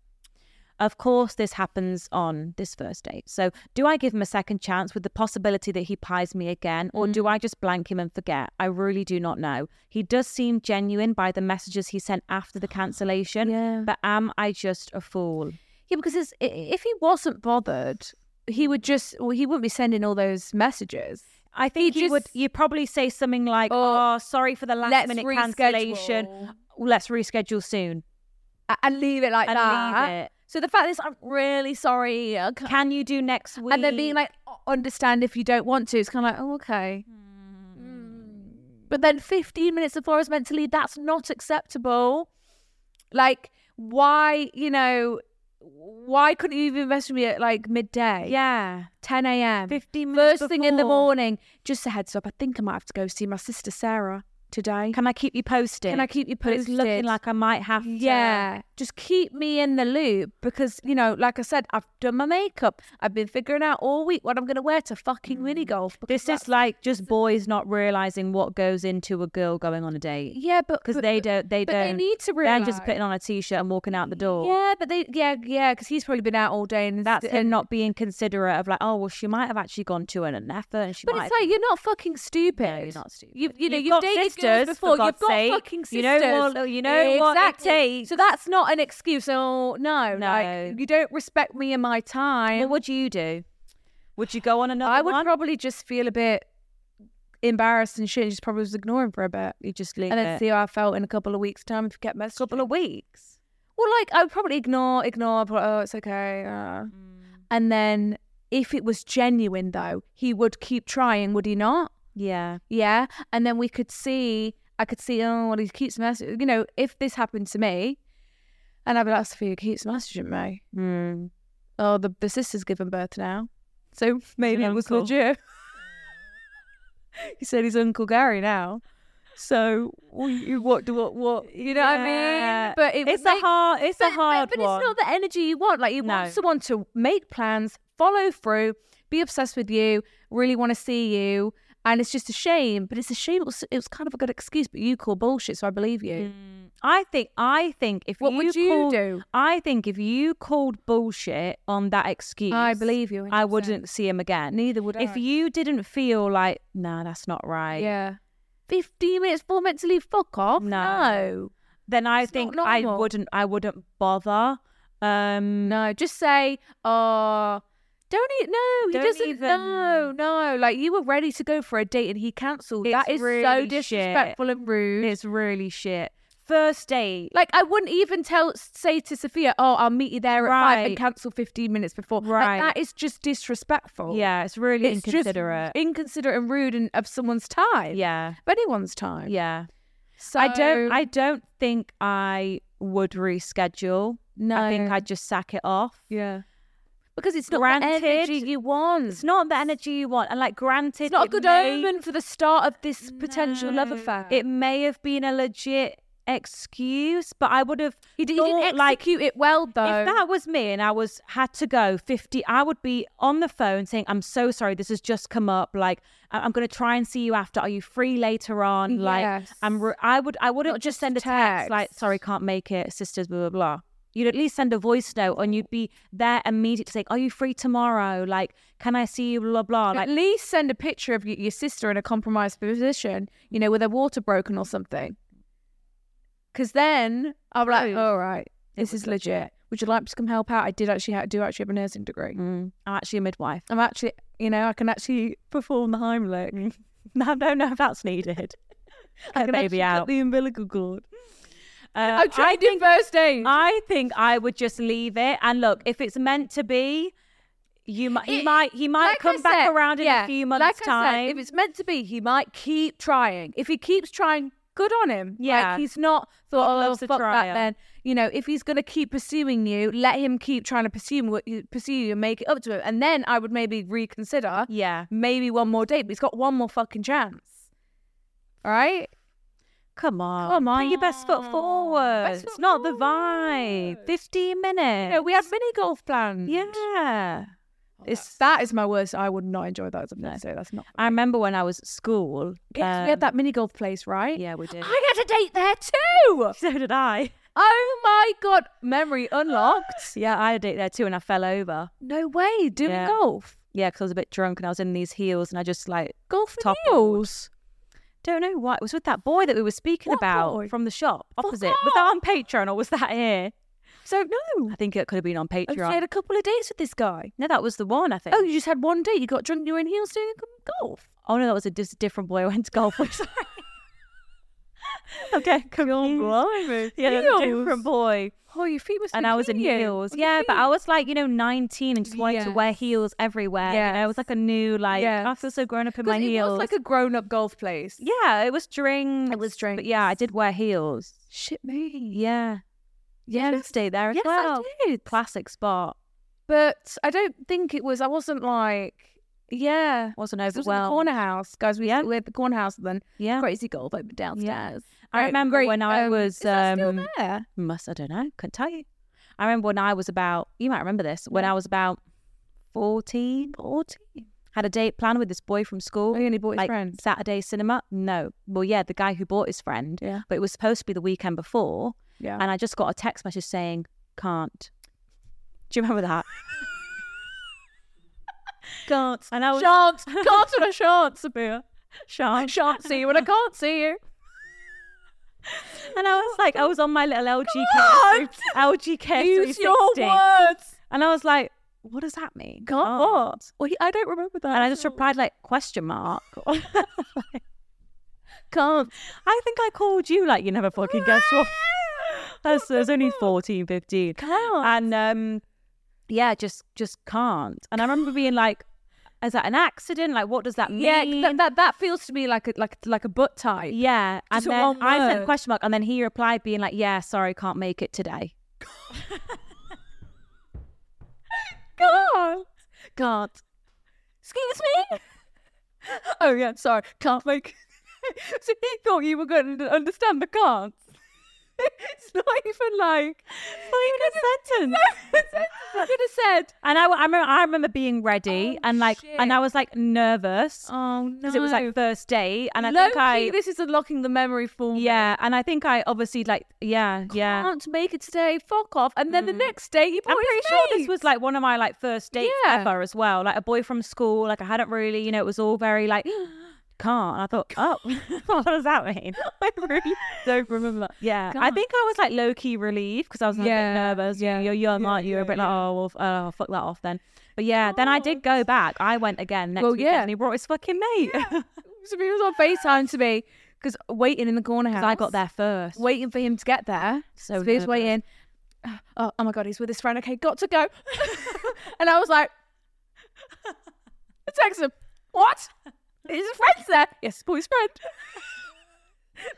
Speaker 3: Of course, this happens on this first date. So, do I give him a second chance with the possibility that he pies me again, or
Speaker 2: Mm.
Speaker 3: do I just blank him and forget? I really do not know. He does seem genuine by the messages he sent after the cancellation,
Speaker 2: Yeah.
Speaker 3: but am I just a fool?
Speaker 2: Yeah, because it's, i- if he wasn't bothered, he would just well, he wouldn't be sending all those messages.
Speaker 3: I think
Speaker 2: He
Speaker 3: you would.
Speaker 2: just-
Speaker 3: You probably say something like,
Speaker 2: Oh,
Speaker 3: "Oh, sorry for the last
Speaker 2: let's
Speaker 3: minute cancellation.
Speaker 2: reschedule."
Speaker 3: Let's reschedule soon."
Speaker 2: A- And leave it like
Speaker 3: And leave
Speaker 2: that.
Speaker 3: it.
Speaker 2: So the fact is, I'm really sorry. I can't-
Speaker 3: Can you do next week?
Speaker 2: And then being like, "Oh, understand if you don't want to. It's kind of like, oh, okay.
Speaker 3: Hmm.
Speaker 2: But then 15 minutes before I was meant to leave, that's not acceptable. Like, why, you know, why couldn't you even message me at like midday?
Speaker 3: "Yeah,
Speaker 2: 10 a.m.
Speaker 3: 15 minutes
Speaker 2: First thing in the
Speaker 3: before.
Speaker 2: morning. Just a heads up, I think I might have to go see my sister Sarah today.
Speaker 3: can I keep you posted?
Speaker 2: Can I keep you
Speaker 3: But it's looking
Speaker 2: posted?
Speaker 3: like I might have to.
Speaker 2: yeah, just keep me in the loop because you know, like I said, I've done my makeup. I've been figuring out all week what I'm going to wear to fucking
Speaker 3: Hmm.
Speaker 2: mini golf. because
Speaker 3: This is
Speaker 2: that's-
Speaker 3: like just boys not realizing what goes into a girl going on a date
Speaker 2: yeah, but
Speaker 3: because
Speaker 2: but-
Speaker 3: they don't. They
Speaker 2: but
Speaker 3: don't.
Speaker 2: They need to
Speaker 3: They're
Speaker 2: realize.
Speaker 3: just putting on a t-shirt and walking out the door.
Speaker 2: Yeah, but they yeah yeah because he's probably been out all day and
Speaker 3: That's
Speaker 2: and
Speaker 3: him not being considerate of like, oh well, she might have actually gone to an effort and she
Speaker 2: But
Speaker 3: might.
Speaker 2: it's like you're not fucking stupid.
Speaker 3: No, you're not stupid.
Speaker 2: You, you know,
Speaker 3: You've
Speaker 2: you've,
Speaker 3: got
Speaker 2: dated
Speaker 3: sisters,
Speaker 2: girls
Speaker 3: for
Speaker 2: before. You've
Speaker 3: God's
Speaker 2: got
Speaker 3: sake.
Speaker 2: fucking sisters.
Speaker 3: You know what- you know what it
Speaker 2: exactly.
Speaker 3: takes.
Speaker 2: So that's not an excuse. Oh no,
Speaker 3: No.
Speaker 2: like, you don't respect me and my time.
Speaker 3: what would you do? Would you go on another
Speaker 2: I would
Speaker 3: one?
Speaker 2: probably just feel a bit embarrassed and shit. and Just probably was ignoring for a bit,
Speaker 3: you just leave
Speaker 2: and then
Speaker 3: it.
Speaker 2: see how I felt in a couple of weeks' time if you kept messaging.
Speaker 3: couple of weeks.
Speaker 2: Well, like I would probably ignore, ignore. But oh, it's okay. Uh.
Speaker 3: Mm.
Speaker 2: And then if it was genuine, though, he would keep trying, would he not?
Speaker 3: Yeah.
Speaker 2: Yeah. And then we could see, I could see, oh, well, he keeps messaging. You know, if this happened to me, and I'd be like, Sophia keeps messaging me.
Speaker 3: Mm.
Speaker 2: Oh, the, the sister's given birth now. So <laughs> maybe
Speaker 3: an
Speaker 2: it was
Speaker 3: uncle.
Speaker 2: legit. <laughs> he said he's Uncle Gary now. So well, you- what do what what you know
Speaker 3: Yeah.
Speaker 2: what I mean? But it
Speaker 3: it's
Speaker 2: make-
Speaker 3: a hard. It's
Speaker 2: but,
Speaker 3: a
Speaker 2: but-
Speaker 3: hard
Speaker 2: but,
Speaker 3: one.
Speaker 2: it's not the energy you want. Like you
Speaker 3: No.
Speaker 2: want someone to make plans, follow through, be obsessed with you, really want to see you, And it's just a shame, but it's a shame. It was, it was kind of a good excuse, but you call bullshit, so I believe
Speaker 3: Hmm.
Speaker 2: you.
Speaker 3: I think I think if
Speaker 2: What
Speaker 3: you
Speaker 2: would you
Speaker 3: called,
Speaker 2: do?
Speaker 3: I think if you called bullshit on that excuse,
Speaker 2: I believe you,
Speaker 3: I
Speaker 2: 100%.
Speaker 3: wouldn't see him again.
Speaker 2: Neither would
Speaker 3: If
Speaker 2: I.
Speaker 3: you didn't feel like, nah, that's not right.
Speaker 2: Yeah. 15 minutes before meant to leave, fuck off.
Speaker 3: No.
Speaker 2: No.
Speaker 3: Then I
Speaker 2: It's not
Speaker 3: think I
Speaker 2: normal.
Speaker 3: wouldn't. I wouldn't bother. Um,
Speaker 2: No, just say, oh, don't eat. No, he
Speaker 3: Don't
Speaker 2: doesn't.
Speaker 3: even-
Speaker 2: No, no. Like you were ready to go for a date and he cancelled. That
Speaker 3: It's
Speaker 2: is
Speaker 3: really
Speaker 2: so
Speaker 3: shit.
Speaker 2: disrespectful and rude.
Speaker 3: it's really shit. First date,
Speaker 2: Like I wouldn't even tell say to Sophia, "Oh, I'll meet you there at five and
Speaker 3: Right.
Speaker 2: cancel fifteen minutes before." Like,
Speaker 3: Right.
Speaker 2: that is just disrespectful.
Speaker 3: yeah, it's really
Speaker 2: It's just
Speaker 3: inconsiderate.
Speaker 2: inconsiderate and rude, and of someone's time.
Speaker 3: yeah,
Speaker 2: of anyone's time.
Speaker 3: yeah.
Speaker 2: So
Speaker 3: I don't. I don't think I would reschedule. I think
Speaker 2: No.
Speaker 3: I'd just sack it off.
Speaker 2: yeah, because it's not
Speaker 3: Granted,
Speaker 2: the energy you want.
Speaker 3: It's not the energy you want, and like, granted,
Speaker 2: It's not a
Speaker 3: it
Speaker 2: good
Speaker 3: may-
Speaker 2: omen for the start of this potential love
Speaker 3: No.
Speaker 2: affair.
Speaker 3: It may have been a legit excuse, but I would have.
Speaker 2: he, d- he didn't
Speaker 3: thought,
Speaker 2: execute
Speaker 3: like,
Speaker 2: it well though.
Speaker 3: If that was me and I was had to go 50, I would be on the phone saying, I'm so sorry, this has just come up. Like, I- I'm going to try and see you after. Are you free later on? Like, I'm
Speaker 2: Yes.
Speaker 3: re- I would, I wouldn't
Speaker 2: Not
Speaker 3: just
Speaker 2: just
Speaker 3: send a
Speaker 2: text.
Speaker 3: text like, sorry, can't make it, sisters, blah, blah, blah. You'd at least send a voice note and you'd be there immediately saying, Are you free tomorrow? Like, can I see you? Blah, blah.
Speaker 2: At
Speaker 3: Like,
Speaker 2: least send a picture of y- your sister in a compromised position, you know, with her water broken or something. Because then I'll be like,
Speaker 3: Proof.
Speaker 2: all right, this
Speaker 3: was
Speaker 2: is legit. Would you like to come help out? I did actually ha- do actually have a nursing degree.
Speaker 3: mm, I'm actually a midwife. <laughs>
Speaker 2: I'm actually, you know, I can actually perform the Heimlich. <laughs>
Speaker 3: No, no, no, that's needed. <laughs>
Speaker 2: I
Speaker 3: Get
Speaker 2: can actually
Speaker 3: baby
Speaker 2: cut
Speaker 3: out.
Speaker 2: the umbilical cord.
Speaker 3: Uh,
Speaker 2: I tried in first aid.
Speaker 3: <laughs> I think I would just leave it. And look, if it's meant to be, you might, he
Speaker 2: It-
Speaker 3: might, he might
Speaker 2: Like I
Speaker 3: come back
Speaker 2: said,
Speaker 3: around in
Speaker 2: yeah,
Speaker 3: a few months'
Speaker 2: like I
Speaker 3: time.
Speaker 2: said, if it's meant to be, he might keep trying. If he keeps trying, good on him. Like,
Speaker 3: Yeah.
Speaker 2: he's not thought,
Speaker 3: God
Speaker 2: oh,
Speaker 3: loves a
Speaker 2: fuck
Speaker 3: trier."
Speaker 2: that then. You know, if he's going to keep pursuing you, let him keep trying to pursue, what you- pursue you and make it up to him. And then I would maybe reconsider
Speaker 3: yeah,
Speaker 2: maybe one more date, but he's got one more fucking chance. All right?
Speaker 3: come on,
Speaker 2: Come
Speaker 3: put your best foot forward.
Speaker 2: Best
Speaker 3: it's
Speaker 2: foot
Speaker 3: not the vibe.
Speaker 2: forward.
Speaker 3: Fifteen minutes.
Speaker 2: You know, we had mini golf planned.
Speaker 3: yeah.
Speaker 2: It's, that is my worst. I would not enjoy that as a no. so that's not.
Speaker 3: I remember when I was at school.
Speaker 2: Yes, we had
Speaker 3: um,
Speaker 2: that mini golf place, right?
Speaker 3: Yeah, we did.
Speaker 2: <laughs> I had a date there too.
Speaker 3: so did <laughs> I.
Speaker 2: Oh my god, memory unlocked.
Speaker 3: Yeah, I had it there too, and I fell over.
Speaker 2: No way, doing
Speaker 3: Yeah.
Speaker 2: golf.
Speaker 3: Yeah, because I was a bit drunk and I was in these heels, and I just like
Speaker 2: Golf
Speaker 3: Top
Speaker 2: heels.
Speaker 3: Don't know why. It was with that boy that we were speaking
Speaker 2: What
Speaker 3: about
Speaker 2: boy?
Speaker 3: from the shop
Speaker 2: Fuck
Speaker 3: opposite. Was that on Patreon or was that here?
Speaker 2: So no.
Speaker 3: I think it could have been on
Speaker 2: I
Speaker 3: Patreon.
Speaker 2: had a couple of dates with this guy.
Speaker 3: No, that was the one, I think.
Speaker 2: Oh, you just had one date. You got drunk. You were in heels doing golf.
Speaker 3: Oh, no, that was a dis- different boy I went to golf
Speaker 2: <laughs>
Speaker 3: with. Sorry. <laughs> okay, come on,
Speaker 2: blimey.
Speaker 3: Yeah, that was a
Speaker 2: Heels.
Speaker 3: different boy.
Speaker 2: Oh, your feet were.
Speaker 3: And I was in heels. Yeah, but I was like, you know, 19 and just wanted to wear heels everywhere. Yeah. I was like a new, like,
Speaker 2: Yes.
Speaker 3: I feel so grown up in my
Speaker 2: Because it
Speaker 3: heels.
Speaker 2: was like a grown-up golf place.
Speaker 3: yeah, it was drinks.
Speaker 2: It was
Speaker 3: But yeah, I
Speaker 2: drinks.
Speaker 3: did wear heels.
Speaker 2: Shit me.
Speaker 3: Yeah. Yeah,
Speaker 2: Yes.
Speaker 3: stay there as
Speaker 2: Yes, I
Speaker 3: well.
Speaker 2: did.
Speaker 3: Classic spot.
Speaker 2: But I don't think it was. I wasn't like. Yeah.
Speaker 3: Wasn't
Speaker 2: 'Cause It was in the
Speaker 3: overwhelmed.
Speaker 2: corner house, guys. We
Speaker 3: Yeah.
Speaker 2: we had the corner house and then
Speaker 3: Yeah.
Speaker 2: crazy golf over downstairs.
Speaker 3: I
Speaker 2: Right,
Speaker 3: remember
Speaker 2: great,
Speaker 3: when I
Speaker 2: um,
Speaker 3: was
Speaker 2: is that still
Speaker 3: um,
Speaker 2: there?
Speaker 3: must I don't know, couldn't tell you. I remember when I was about you might remember this, when I was about 14, 14 had a date planned with this boy from school.
Speaker 2: Oh, you only bought his
Speaker 3: like
Speaker 2: friend?
Speaker 3: Saturday cinema? No. Well, yeah, the guy who bought his friend.
Speaker 2: Yeah.
Speaker 3: But it was supposed to be the weekend before.
Speaker 2: Yeah.
Speaker 3: And I just got a text message saying, Can't. Do you remember
Speaker 2: <laughs>
Speaker 3: that? <laughs> Can't. And I was
Speaker 2: Chance,
Speaker 3: <laughs>
Speaker 2: can't when I shan't, Sabir. I
Speaker 3: shan't.
Speaker 2: shan't see you when I can't see you.
Speaker 3: <laughs> And I was like, I was on my little LG care,
Speaker 2: Can't.
Speaker 3: LG care
Speaker 2: Use your
Speaker 3: 360.
Speaker 2: words.
Speaker 3: And I was like, what does that mean?
Speaker 2: Can't what? Well, he- I don't remember that.
Speaker 3: And I just
Speaker 2: at all.
Speaker 3: replied like question mark. <laughs>
Speaker 2: can't.
Speaker 3: I think I called you like you never fucking
Speaker 2: <laughs>
Speaker 3: guess what. That's, I was only 14, 15.
Speaker 2: Can't.
Speaker 3: And um, yeah, just just can't. And I remember being like, is that an accident? Like, what does that mean?
Speaker 2: Yeah, 'cause that, that that feels to me like a like like a butt tie.
Speaker 3: Yeah. And
Speaker 2: Just
Speaker 3: then
Speaker 2: one
Speaker 3: I sent
Speaker 2: word.
Speaker 3: question mark. And then he replied being like, yeah, sorry, can't make it today.
Speaker 2: <laughs> Can't.
Speaker 3: Can't.
Speaker 2: <laughs> Excuse
Speaker 3: <laughs>
Speaker 2: me. oh yeah, I'm sorry. Can't make. so he thought you were going to understand the can't. <laughs> it's not. He even like
Speaker 3: Not even
Speaker 2: <laughs>
Speaker 3: a sentence.
Speaker 2: I could have said.
Speaker 3: And I, w- I remember, I remember being ready
Speaker 2: Oh,
Speaker 3: and like, and I
Speaker 2: shit.
Speaker 3: was like nervous
Speaker 2: Oh no!
Speaker 3: because it was like first date, and I think
Speaker 2: Low-key,
Speaker 3: I,
Speaker 2: this is unlocking the memory for me.
Speaker 3: yeah, and I think I obviously like, yeah, yeah. Mm.
Speaker 2: Can't make it today. Fuck off. And then the next day, you
Speaker 3: I'm
Speaker 2: boys
Speaker 3: pretty sure this
Speaker 2: meet.
Speaker 3: was like one of my like first dates
Speaker 2: Yeah.
Speaker 3: ever as well. Like a boy from school. Like I hadn't really, you know, it was all very like <gasps> can't. And
Speaker 2: <laughs>
Speaker 3: I thought, oh, <laughs> what does that mean? <laughs> I really don't remember. Yeah, I
Speaker 2: Can't.
Speaker 3: think I was like low key relieved because I was
Speaker 2: Yeah,
Speaker 3: a bit nervous.
Speaker 2: yeah,
Speaker 3: Yeah, you're young,
Speaker 2: yeah,
Speaker 3: aren't you?
Speaker 2: yeah,
Speaker 3: a bit
Speaker 2: yeah.
Speaker 3: like, oh, well, f- oh, fuck that off then. But yeah, then I did go back. I went again next
Speaker 2: Well,
Speaker 3: weekend,
Speaker 2: yeah.
Speaker 3: and he brought his fucking mate. <laughs>
Speaker 2: So he was on FaceTime to me because waiting in the corner house.
Speaker 3: I got there first.
Speaker 2: Waiting for him to get there.
Speaker 3: So
Speaker 2: So, he was
Speaker 3: nervous.
Speaker 2: waiting. Oh, oh my God, he's with his friend. Okay, got to go. <laughs> and I was like, I text him. What? His friend's there. Yes, boy's friend. <laughs>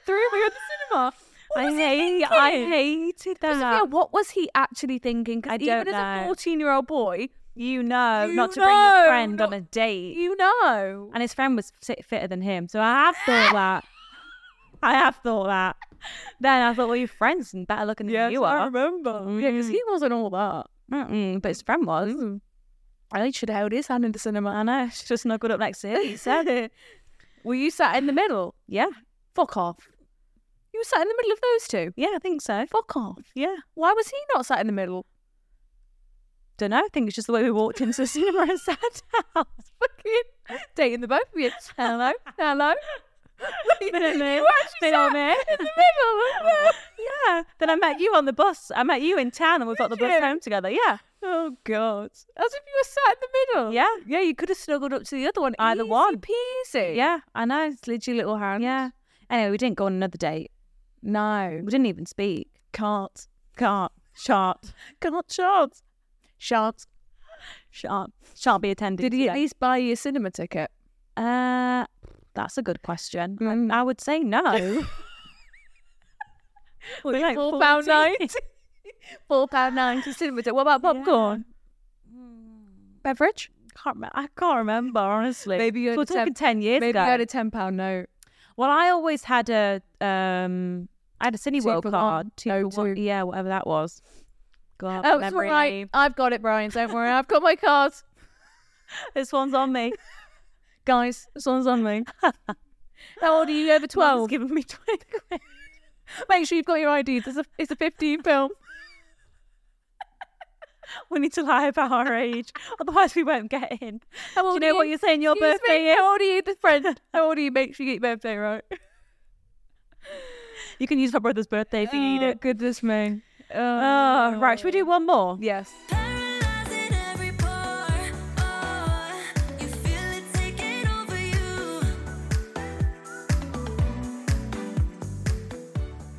Speaker 2: Threw
Speaker 3: <laughs>
Speaker 2: me at the cinema. What
Speaker 3: I
Speaker 2: was he
Speaker 3: hate. I
Speaker 2: thinking?
Speaker 3: hated that.
Speaker 2: Sophia, what was he actually thinking? 'Cause
Speaker 3: I
Speaker 2: even
Speaker 3: don't
Speaker 2: as a
Speaker 3: know.
Speaker 2: 14 year old boy,
Speaker 3: You know,
Speaker 2: You
Speaker 3: not to bring your
Speaker 2: know,
Speaker 3: friend on
Speaker 2: not-
Speaker 3: a date.
Speaker 2: you know.
Speaker 3: and his friend was fit- fitter than him. So I have
Speaker 2: <laughs>
Speaker 3: thought that. I have thought that. Then I thought, well, your friend's better looking than you are.
Speaker 2: remember. Yeah, because he wasn't all that.
Speaker 3: Mm-mm, but his friend was.
Speaker 2: Mm. I should have held his hand in the cinema.
Speaker 3: I <laughs> know. She just snuggled up next to him. He said,
Speaker 2: <laughs> Were you sat in the middle?
Speaker 3: yeah,
Speaker 2: Fuck off. You were sat in the middle of those two.
Speaker 3: yeah, I think so.
Speaker 2: Fuck off.
Speaker 3: Yeah.
Speaker 2: Why was he not sat in the middle?
Speaker 3: Don't know. I think it's just the way we walked into the cinema and <laughs> sat down.
Speaker 2: Fucking dating the both of you. Hello, hello.
Speaker 3: Bit of me,
Speaker 2: <laughs> You actually
Speaker 3: bit of
Speaker 2: sat
Speaker 3: me.
Speaker 2: in the
Speaker 3: <laughs>
Speaker 2: middle. of them.
Speaker 3: yeah. Then I met you on the bus. I met you in town and we got the
Speaker 2: Did
Speaker 3: bus
Speaker 2: you?
Speaker 3: home together. Yeah.
Speaker 2: Oh God! As if you were sat in the middle.
Speaker 3: Yeah.
Speaker 2: yeah. You could have snuggled up to the other one.
Speaker 3: Either
Speaker 2: Easy
Speaker 3: one.
Speaker 2: peasy.
Speaker 3: Yeah. I know. Slid your little hand. Yeah. Anyway, we didn't go on another date.
Speaker 2: No.
Speaker 3: We didn't even speak. Can't. Can't. Shan't. Can't shan't. Shan't. Shan't. Shan't be attended.
Speaker 2: Did he
Speaker 3: to.
Speaker 2: at least buy you a cinema ticket?
Speaker 3: Uh, that's a good question.
Speaker 2: Mm.
Speaker 3: I would
Speaker 2: <laughs>
Speaker 3: say no. We're like
Speaker 2: Four pound <laughs>
Speaker 3: 14. <laughs>
Speaker 2: ninety. Four pound ninety cinema ticket. What about
Speaker 3: Yeah.
Speaker 2: popcorn? Beverage?
Speaker 3: Can't remember. I can't remember honestly.
Speaker 2: Maybe you had
Speaker 3: So we're
Speaker 2: a ten-
Speaker 3: talking ten years
Speaker 2: Maybe
Speaker 3: ago.
Speaker 2: I had a ten pound note.
Speaker 3: Well, I always had a um, I had a Cineworld
Speaker 2: for one,
Speaker 3: card.
Speaker 2: no
Speaker 3: for one-
Speaker 2: two.
Speaker 3: Yeah, whatever that was. God,
Speaker 2: Oh, it's all
Speaker 3: memory
Speaker 2: right.
Speaker 3: lane.
Speaker 2: I've got it, Brian. Don't worry. I've got my card.
Speaker 3: <laughs> This one's on
Speaker 2: <laughs>
Speaker 3: me.
Speaker 2: Guys, this one's on <laughs> me. How old are you? Over
Speaker 3: Twelve.
Speaker 2: twelve.
Speaker 3: Giving
Speaker 2: <laughs>
Speaker 3: me twenty quid.
Speaker 2: Make sure you've got your IDs. <laughs> It's a it's a fifteen film.
Speaker 3: <laughs>
Speaker 2: <laughs>
Speaker 3: We need to lie about our age, otherwise we won't get in.
Speaker 2: How
Speaker 3: Do you
Speaker 2: old
Speaker 3: know
Speaker 2: are
Speaker 3: what you're saying? Your
Speaker 2: Excuse
Speaker 3: birthday
Speaker 2: me,
Speaker 3: is.
Speaker 2: How old are you, the friend? How old are you? Make sure you get your birthday right.
Speaker 3: You can use my brother's birthday if you need it.
Speaker 2: Goodness me. Oh,
Speaker 3: Oh, right. Should we do one more?
Speaker 2: Yes.
Speaker 1: Paralyzing every pore. Oh, you feel it taking over you.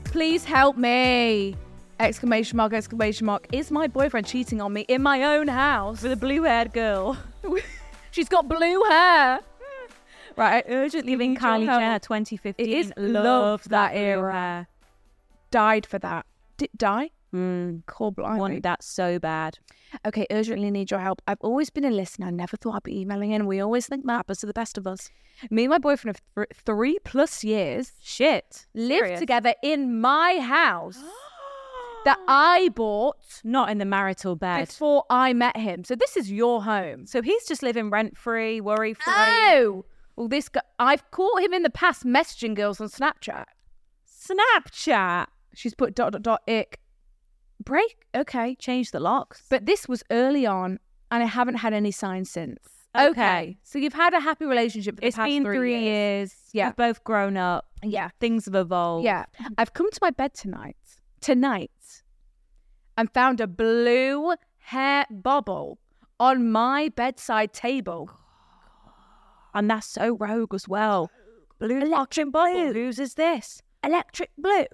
Speaker 2: Please help me! Exclamation mark! Exclamation mark! Is my boyfriend cheating on me in my own house?
Speaker 3: With a blue-haired girl.
Speaker 2: <laughs> She's got blue hair.
Speaker 3: Right. I urgently ring
Speaker 2: need your
Speaker 3: Kylie
Speaker 2: help.
Speaker 3: Jenner 2015.
Speaker 2: It is
Speaker 3: Love
Speaker 2: love that
Speaker 3: blue
Speaker 2: era.
Speaker 3: hair.
Speaker 2: Died for that. Did die?
Speaker 3: Mm,
Speaker 2: Core
Speaker 3: wanted
Speaker 2: blind.
Speaker 3: that so bad.
Speaker 2: Okay, urgently need your help. I've always been a listener. I never thought I'd be emailing in. We always think that happens to the best of us. Me and my boyfriend of thr three plus years
Speaker 3: Shit.
Speaker 2: lived
Speaker 3: Serious?
Speaker 2: together in my house that I bought
Speaker 3: Not in the marital bed.
Speaker 2: before I met him. So this is your home.
Speaker 3: So he's just living rent free, worry free.
Speaker 2: <gasps> Oh, well, this guy, I've caught him in the past messaging girls on Snapchat.
Speaker 3: Snapchat.
Speaker 2: She's put dot dot dot ick break. Okay,
Speaker 3: Change the locks.
Speaker 2: but this was early on, and I haven't had any signs since.
Speaker 3: Okay.
Speaker 2: Okay, so you've had a happy relationship. For the
Speaker 3: it's
Speaker 2: past
Speaker 3: been three, years.
Speaker 2: Yeah.
Speaker 3: We've both grown up.
Speaker 2: Yeah.
Speaker 3: Things have evolved.
Speaker 2: Yeah, I've come to my bed tonight, tonight, and found a blue hair bubble on my bedside table.
Speaker 3: And that's so rogue as well. Blue Electric blue. Whose is this? Electric blue.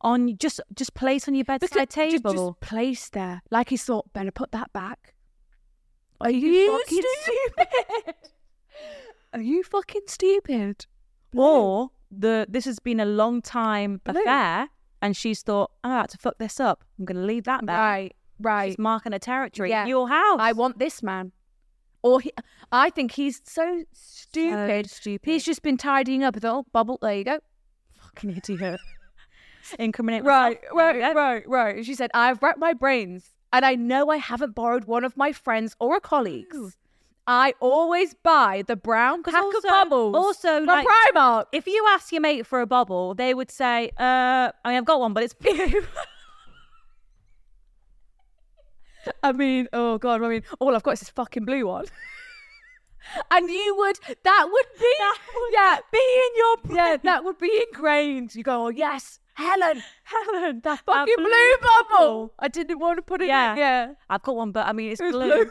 Speaker 3: On just just place on your
Speaker 2: Because
Speaker 3: bedside
Speaker 2: ju-
Speaker 3: table.
Speaker 2: just placed there. Like he thought, better put that back. Are
Speaker 3: you
Speaker 2: you, fucking
Speaker 3: stupid?
Speaker 2: stupid? <laughs> Are you fucking stupid?
Speaker 3: Or the this has been a long time
Speaker 2: Blue.
Speaker 3: affair, and she's thought I'm about to fuck this up. I'm going to leave that there.
Speaker 2: Right, right.
Speaker 3: She's marking a territory.
Speaker 2: Yeah.
Speaker 3: in Your house.
Speaker 2: I want this man. Or he, I think he's so stupid. <laughs>
Speaker 3: stupid.
Speaker 2: He's just been tidying up. I thought, oh, bubble, there you go.
Speaker 3: fucking idiot. <laughs> incriminate myself.
Speaker 2: Right, right, right, right. And She said, I've racked my brains and I know I haven't borrowed one of my friends or a colleague's. I always buy the brown pack of
Speaker 3: also-
Speaker 2: bubbles.
Speaker 3: also,
Speaker 2: from
Speaker 3: like-
Speaker 2: Primark.
Speaker 3: If you ask your mate for a bubble, they would say, uh, I mean, I've got
Speaker 2: <laughs>
Speaker 3: one, but it's blue.
Speaker 2: I mean, oh god, I mean, all I've got is this fucking blue one. <laughs> and you would, that would
Speaker 3: <laughs>
Speaker 2: be, yeah, be in your, yeah, that would be ingrained. You go, oh yes, Helen,
Speaker 3: <laughs>
Speaker 2: Helen, that
Speaker 3: our
Speaker 2: fucking blue,
Speaker 3: blue
Speaker 2: bubble.
Speaker 3: bubble.
Speaker 2: I didn't want to put it.
Speaker 3: Yeah.
Speaker 2: in. yeah,
Speaker 3: I've got one, but I mean, it's
Speaker 2: it's
Speaker 3: blue.
Speaker 2: blue.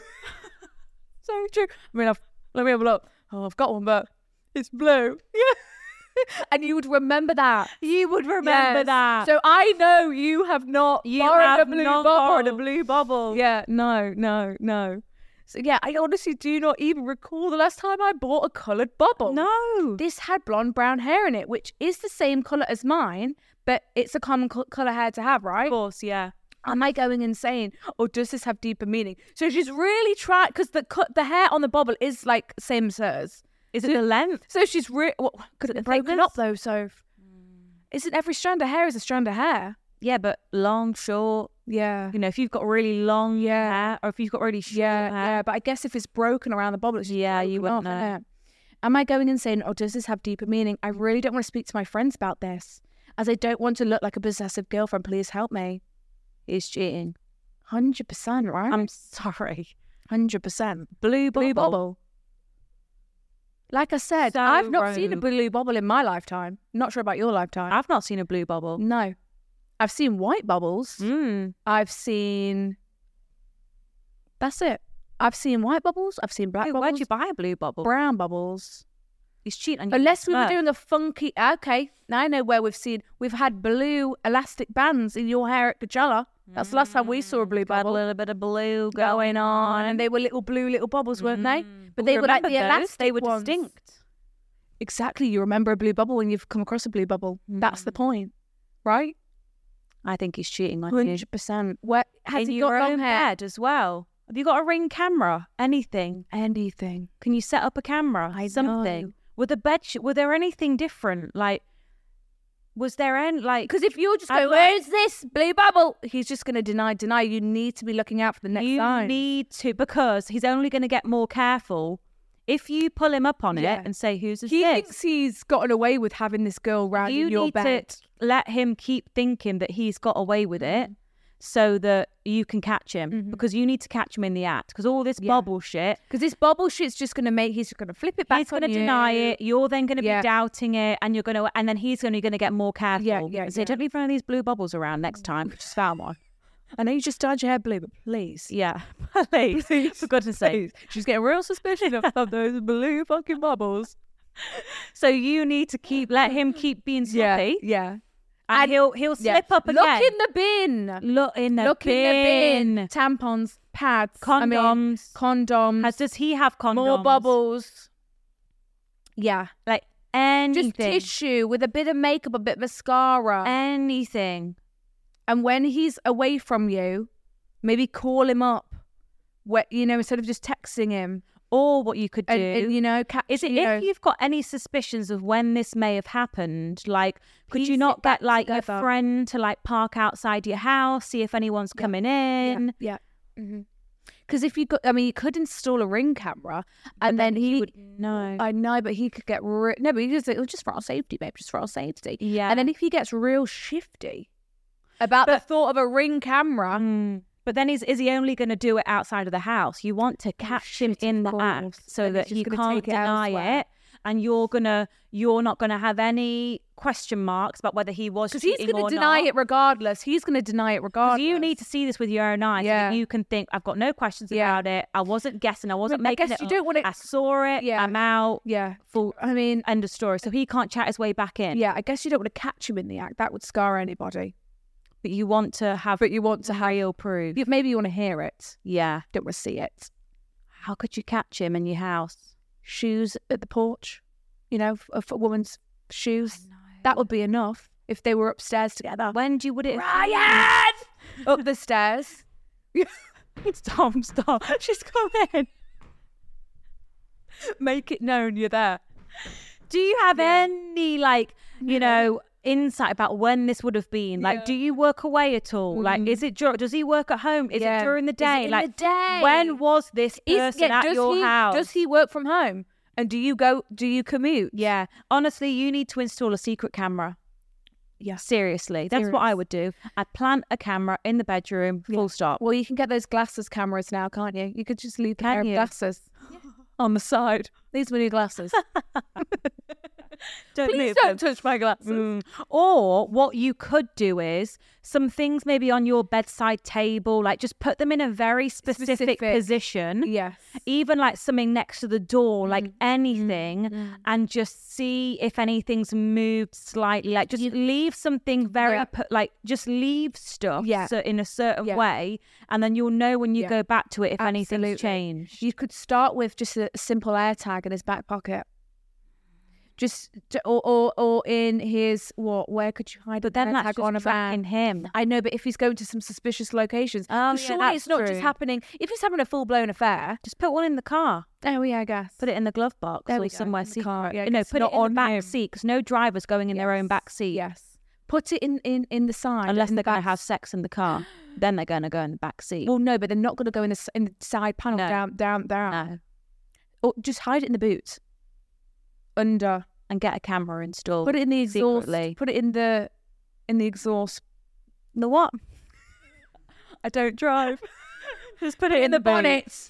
Speaker 2: <laughs> so true. I mean, I've let me have a look. Oh, I've got one, but it's blue. <laughs> Yeah. and you would remember that.
Speaker 3: You would remember
Speaker 2: Yes.
Speaker 3: that.
Speaker 2: So I know you have not
Speaker 3: you
Speaker 2: borrowed
Speaker 3: have
Speaker 2: a blue
Speaker 3: not
Speaker 2: bubble.
Speaker 3: borrowed a blue bubble.
Speaker 2: Yeah, no, no, no. So yeah, I honestly do not even recall the last time I bought a coloured bubble.
Speaker 3: No.
Speaker 2: This had blonde brown hair in it, which is the same colour as mine, but it's a common co- colour hair to have, right?
Speaker 3: Of course, yeah.
Speaker 2: Am I going insane, or does this have deeper meaning? So she's really tried because the cut, the hair on the bubble is like same as hers.
Speaker 3: Is it the length?
Speaker 2: So she's really because it's broken up
Speaker 3: thickness?
Speaker 2: though. So isn't every strand of hair is a strand of hair?
Speaker 3: Yeah, but long, short.
Speaker 2: Yeah.
Speaker 3: You know, if you've got really long
Speaker 2: Yeah.
Speaker 3: hair or if you've got really short
Speaker 2: Yeah,
Speaker 3: hair,
Speaker 2: yeah, but I guess if it's broken around the bubble, it's just
Speaker 3: Yeah, you
Speaker 2: broken
Speaker 3: wouldn't
Speaker 2: off,
Speaker 3: know.
Speaker 2: innit? Am I going insane, or "Oh, does this have deeper meaning? I really don't want to speak to my friends about this, as I don't want to look like a possessive girlfriend. Please help me.
Speaker 3: it's cheating.
Speaker 2: Hundred percent, right?
Speaker 3: I'm sorry.
Speaker 2: Hundred percent.
Speaker 3: Blue
Speaker 2: Blue bubble. Like I said,
Speaker 3: So
Speaker 2: I've not seen a
Speaker 3: rogue.
Speaker 2: blue bubble in my lifetime. Not sure about your lifetime.
Speaker 3: I've not seen a blue bubble.
Speaker 2: no, I've seen white bubbles.
Speaker 3: Mm.
Speaker 2: I've seen. That's it. I've seen white bubbles. I've seen black
Speaker 3: Wait,
Speaker 2: bubbles.
Speaker 3: where'd you buy a blue bubble?
Speaker 2: brown bubbles.
Speaker 3: He's cheating. on you.
Speaker 2: Unless we were
Speaker 3: Smurf.
Speaker 2: doing a funky. Okay, now I know where we've seen. We've had blue elastic bands in your hair at Coachella. That's the last time we saw a blue
Speaker 3: Mm, Got a
Speaker 2: bubble
Speaker 3: little bit of blue Mm,
Speaker 2: going on, and
Speaker 3: they
Speaker 2: they were little blue little bubbles, weren't they? But they were like the elastic
Speaker 3: They were
Speaker 2: ones.
Speaker 3: distinct.
Speaker 2: Exactly. You remember a blue bubble when you've come across a blue bubble. That's the point, right?
Speaker 3: I think he's cheating on Mm. you.
Speaker 2: Hundred percent. Where has
Speaker 3: In
Speaker 2: he
Speaker 3: your
Speaker 2: got long
Speaker 3: own
Speaker 2: hair?
Speaker 3: bed as well. Have you got a ring camera? Anything?
Speaker 2: Anything.
Speaker 3: Can you set up a camera?
Speaker 2: I
Speaker 3: Something.
Speaker 2: know.
Speaker 3: Were the bed? Sh- were there anything different? Like, was there any like?
Speaker 2: Because if you're just
Speaker 3: I'd
Speaker 2: going,
Speaker 3: like-
Speaker 2: where's this blue bubble? He's just going to deny, deny. You need to be looking out for the next
Speaker 3: you
Speaker 2: sign.
Speaker 3: need to because he's only going to get more careful if you pull him up on
Speaker 2: Yeah.
Speaker 3: it and say who's this.
Speaker 2: he thinks he's gotten away with having this girl round
Speaker 3: you
Speaker 2: in your
Speaker 3: need
Speaker 2: bed.
Speaker 3: to let him keep thinking that he's got away with it
Speaker 2: Mm-hmm.
Speaker 3: so that you can catch him because you need to catch him in the act because all this
Speaker 2: Yeah.
Speaker 3: bubble shit
Speaker 2: Because this bubble shit's just gonna make he's just gonna flip it back.
Speaker 3: he's going to
Speaker 2: on you.
Speaker 3: deny it you're then going to
Speaker 2: Yeah.
Speaker 3: be doubting it and you're going to and then he's only going to get more careful
Speaker 2: yeah,
Speaker 3: and say
Speaker 2: yeah.
Speaker 3: don't leave any of these blue bubbles around next time just
Speaker 2: <laughs>
Speaker 3: found one
Speaker 2: I know you just dyed your hair blue, but please,
Speaker 3: yeah <laughs> please, for goodness sake
Speaker 2: please. She's getting real suspicious of, of
Speaker 3: <laughs>
Speaker 2: those blue fucking bubbles.
Speaker 3: so you need to keep let him keep being sloppy
Speaker 2: Yeah, yeah.
Speaker 3: and, he'll he'll
Speaker 2: yeah.
Speaker 3: slip up
Speaker 2: Look
Speaker 3: again
Speaker 2: in the bin.
Speaker 3: look in the
Speaker 2: Look in the
Speaker 3: bin
Speaker 2: bin. Tampons, pads, I mean,
Speaker 3: Condoms.
Speaker 2: condoms,
Speaker 3: Has, does he have condoms
Speaker 2: more bubbles. Yeah,
Speaker 3: like anything
Speaker 2: just tissue with a bit of makeup, a bit of mascara.
Speaker 3: anything.
Speaker 2: And when he's away from you, maybe call him up. Where, you know, instead of just texting him,
Speaker 3: Or what you could do
Speaker 2: and, and, you know, catch,
Speaker 3: is it
Speaker 2: you
Speaker 3: if
Speaker 2: know-
Speaker 3: you've got any suspicions of when this may have happened, like could
Speaker 2: Piece
Speaker 3: you
Speaker 2: it
Speaker 3: not
Speaker 2: back
Speaker 3: get like your
Speaker 2: together.
Speaker 3: friend to like park outside your house, see if anyone's coming in?
Speaker 2: yeah, because if you got, I mean, you could install a ring camera, and then, he, would.
Speaker 3: No.
Speaker 2: I know, but he could get re- no, but he just like, "Oh, just for our safety, babe, just for our safety.
Speaker 3: Yeah.
Speaker 2: and then if he gets real shifty about the thought of a ring camera,
Speaker 3: Mm. But then is is he only going to do it outside of the house? You want to catch him
Speaker 2: Oh, shit,
Speaker 3: in the
Speaker 2: of course.
Speaker 3: act so
Speaker 2: Then
Speaker 3: that
Speaker 2: he's
Speaker 3: he
Speaker 2: just gonna
Speaker 3: can't
Speaker 2: take it
Speaker 3: deny
Speaker 2: elsewhere.
Speaker 3: it, and you're gonna you're not gonna have any question marks about whether he was
Speaker 2: because he's
Speaker 3: cheating
Speaker 2: going to
Speaker 3: or
Speaker 2: deny
Speaker 3: not.
Speaker 2: it regardless. He's going to deny it
Speaker 3: Because
Speaker 2: regardless.
Speaker 3: you need to see this with your own eyes.
Speaker 2: Yeah.
Speaker 3: So that you can think, I've got no questions
Speaker 2: Yeah.
Speaker 3: about it. I wasn't guessing. I wasn't
Speaker 2: mean, I
Speaker 3: making
Speaker 2: guess
Speaker 3: it.
Speaker 2: you
Speaker 3: up.
Speaker 2: don't wanna-
Speaker 3: I saw it.
Speaker 2: Yeah.
Speaker 3: I'm out.
Speaker 2: yeah,
Speaker 3: Full
Speaker 2: I mean,
Speaker 3: end of story. So he can't chat his way back in.
Speaker 2: yeah, I guess you don't want to catch him in the act. That would scar anybody.
Speaker 3: But you want to have. But you want to have real proof.
Speaker 2: You- Maybe you want to hear it.
Speaker 3: Yeah.
Speaker 2: Don't want to see it.
Speaker 3: How could you catch him in your house?
Speaker 2: Shoes at the porch, you know, f- of a woman's shoes. That would be enough if they were upstairs together.
Speaker 3: When do you would it? <laughs>
Speaker 2: Ryan! Up the stairs.
Speaker 3: stop! Stop! She's coming.
Speaker 2: Make it known you're there.
Speaker 3: Do you have any like you know? insight about when this would have been? Like, do you work away at all? Like, is it dur- does he work at home? Is
Speaker 2: Mm-hmm. Yeah.
Speaker 3: it during the
Speaker 2: Is it
Speaker 3: day?
Speaker 2: in
Speaker 3: like,
Speaker 2: the day?
Speaker 3: when was this
Speaker 2: Is-
Speaker 3: person
Speaker 2: yeah,
Speaker 3: at
Speaker 2: does
Speaker 3: your
Speaker 2: he,
Speaker 3: house?
Speaker 2: Does he work from home?
Speaker 3: And do you go? Do you commute? Yeah. Honestly, you need to install a secret camera.
Speaker 2: Yeah.
Speaker 3: Seriously, that's what I would do. I'd plant a camera in the bedroom. Full stop.
Speaker 2: Well, you can get those glasses cameras now, can't you? You could just leave the
Speaker 3: Can
Speaker 2: pair of
Speaker 3: you?
Speaker 2: glasses on the side. These were new glasses.
Speaker 3: Don't
Speaker 2: Please
Speaker 3: move
Speaker 2: don't
Speaker 3: them.
Speaker 2: touch my glasses.
Speaker 3: Mm. Or what you could do is some things maybe on your bedside table, like just put them in a very specific,
Speaker 2: Specific.
Speaker 3: position.
Speaker 2: <laughs> Yes. <laughs>
Speaker 3: Even like something next to the door,
Speaker 2: Mm.
Speaker 3: like anything, and just see if anything's moved slightly. Like just leave something very,
Speaker 2: Yeah.
Speaker 3: put- like just leave stuff
Speaker 2: Yeah.
Speaker 3: so in a certain
Speaker 2: Yeah.
Speaker 3: way, and then you'll know when you
Speaker 2: Yeah.
Speaker 3: go back to it if
Speaker 2: Absolutely.
Speaker 3: anything's changed.
Speaker 2: You could start with just a simple AirTag in his back pocket. Just to, or, or or in his what? Where could you hide?
Speaker 3: but
Speaker 2: an
Speaker 3: then that's
Speaker 2: AirTag
Speaker 3: just
Speaker 2: on a
Speaker 3: tracking
Speaker 2: van?
Speaker 3: him.
Speaker 2: I know, but if he's going to some suspicious locations,
Speaker 3: Oh,
Speaker 2: 'cause
Speaker 3: yeah,
Speaker 2: surely
Speaker 3: that's
Speaker 2: it's not
Speaker 3: true.
Speaker 2: just happening. If it's having a full blown affair,
Speaker 3: Just put one in the car.
Speaker 2: oh yeah, I guess.
Speaker 3: Put it in the glove box
Speaker 2: There
Speaker 3: or
Speaker 2: we go,
Speaker 3: somewhere
Speaker 2: in the
Speaker 3: secret.
Speaker 2: car. Yeah,
Speaker 3: You know,
Speaker 2: 'cause
Speaker 3: put
Speaker 2: not
Speaker 3: it in
Speaker 2: on
Speaker 3: the back
Speaker 2: him.
Speaker 3: seat because no driver's going in their own back seat.
Speaker 2: Yes. Put it in in in the side
Speaker 3: Unless
Speaker 2: in the
Speaker 3: they're going
Speaker 2: back
Speaker 3: to have sex in the car, then they're going to go in the back seat.
Speaker 2: Well, no, but they're not going to go in the s- in the side panel
Speaker 3: No.
Speaker 2: down, down, down.
Speaker 3: no,
Speaker 2: Or just hide it in the boot, under.
Speaker 3: and get a camera installed.
Speaker 2: Put it in the exhaust.
Speaker 3: secretly.
Speaker 2: Put it in the in the exhaust.
Speaker 3: the what? I don't drive. <laughs> Just put it in,
Speaker 2: the
Speaker 3: boot.
Speaker 2: bonnet.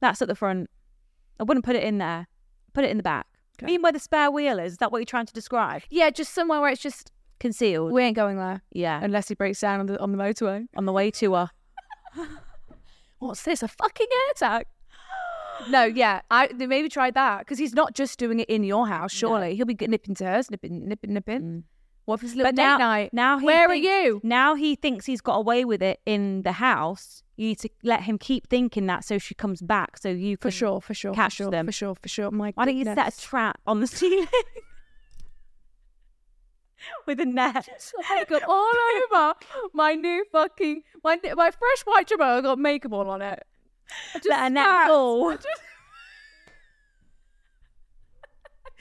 Speaker 3: That's at the front. I wouldn't put it in there. Put it in the back.
Speaker 2: Okay.
Speaker 3: I mean, where the spare wheel is. Is that what you're trying to describe?
Speaker 2: Yeah, just somewhere where it's just
Speaker 3: Concealed.
Speaker 2: we ain't going there
Speaker 3: yeah.
Speaker 2: unless he breaks down on the on the motorway.
Speaker 3: on the way to her.
Speaker 2: What's this? A fucking AirTag? No, yeah, I they maybe tried that because he's not just doing it in your house. Surely he'll be nipping to hers, nipping, nipping, nipping. What if it's a little
Speaker 3: Mm. But
Speaker 2: date
Speaker 3: now,
Speaker 2: night?
Speaker 3: now he
Speaker 2: where
Speaker 3: thinks-
Speaker 2: are you?
Speaker 3: Now he thinks he's got away with it in the house. You need to let him keep thinking that, so she comes back, so you
Speaker 2: For
Speaker 3: can
Speaker 2: sure, for sure,
Speaker 3: catch
Speaker 2: for sure,
Speaker 3: them.
Speaker 2: for sure, for sure. My
Speaker 3: Why don't you set a
Speaker 2: goodness.
Speaker 3: trap on the <laughs> ceiling with a net?
Speaker 2: I got all
Speaker 3: <laughs>
Speaker 2: over my new fucking my new- my fresh white jabot. I got makeup all on it. I just
Speaker 3: Let a net
Speaker 2: spat. <laughs>
Speaker 3: fall. <laughs>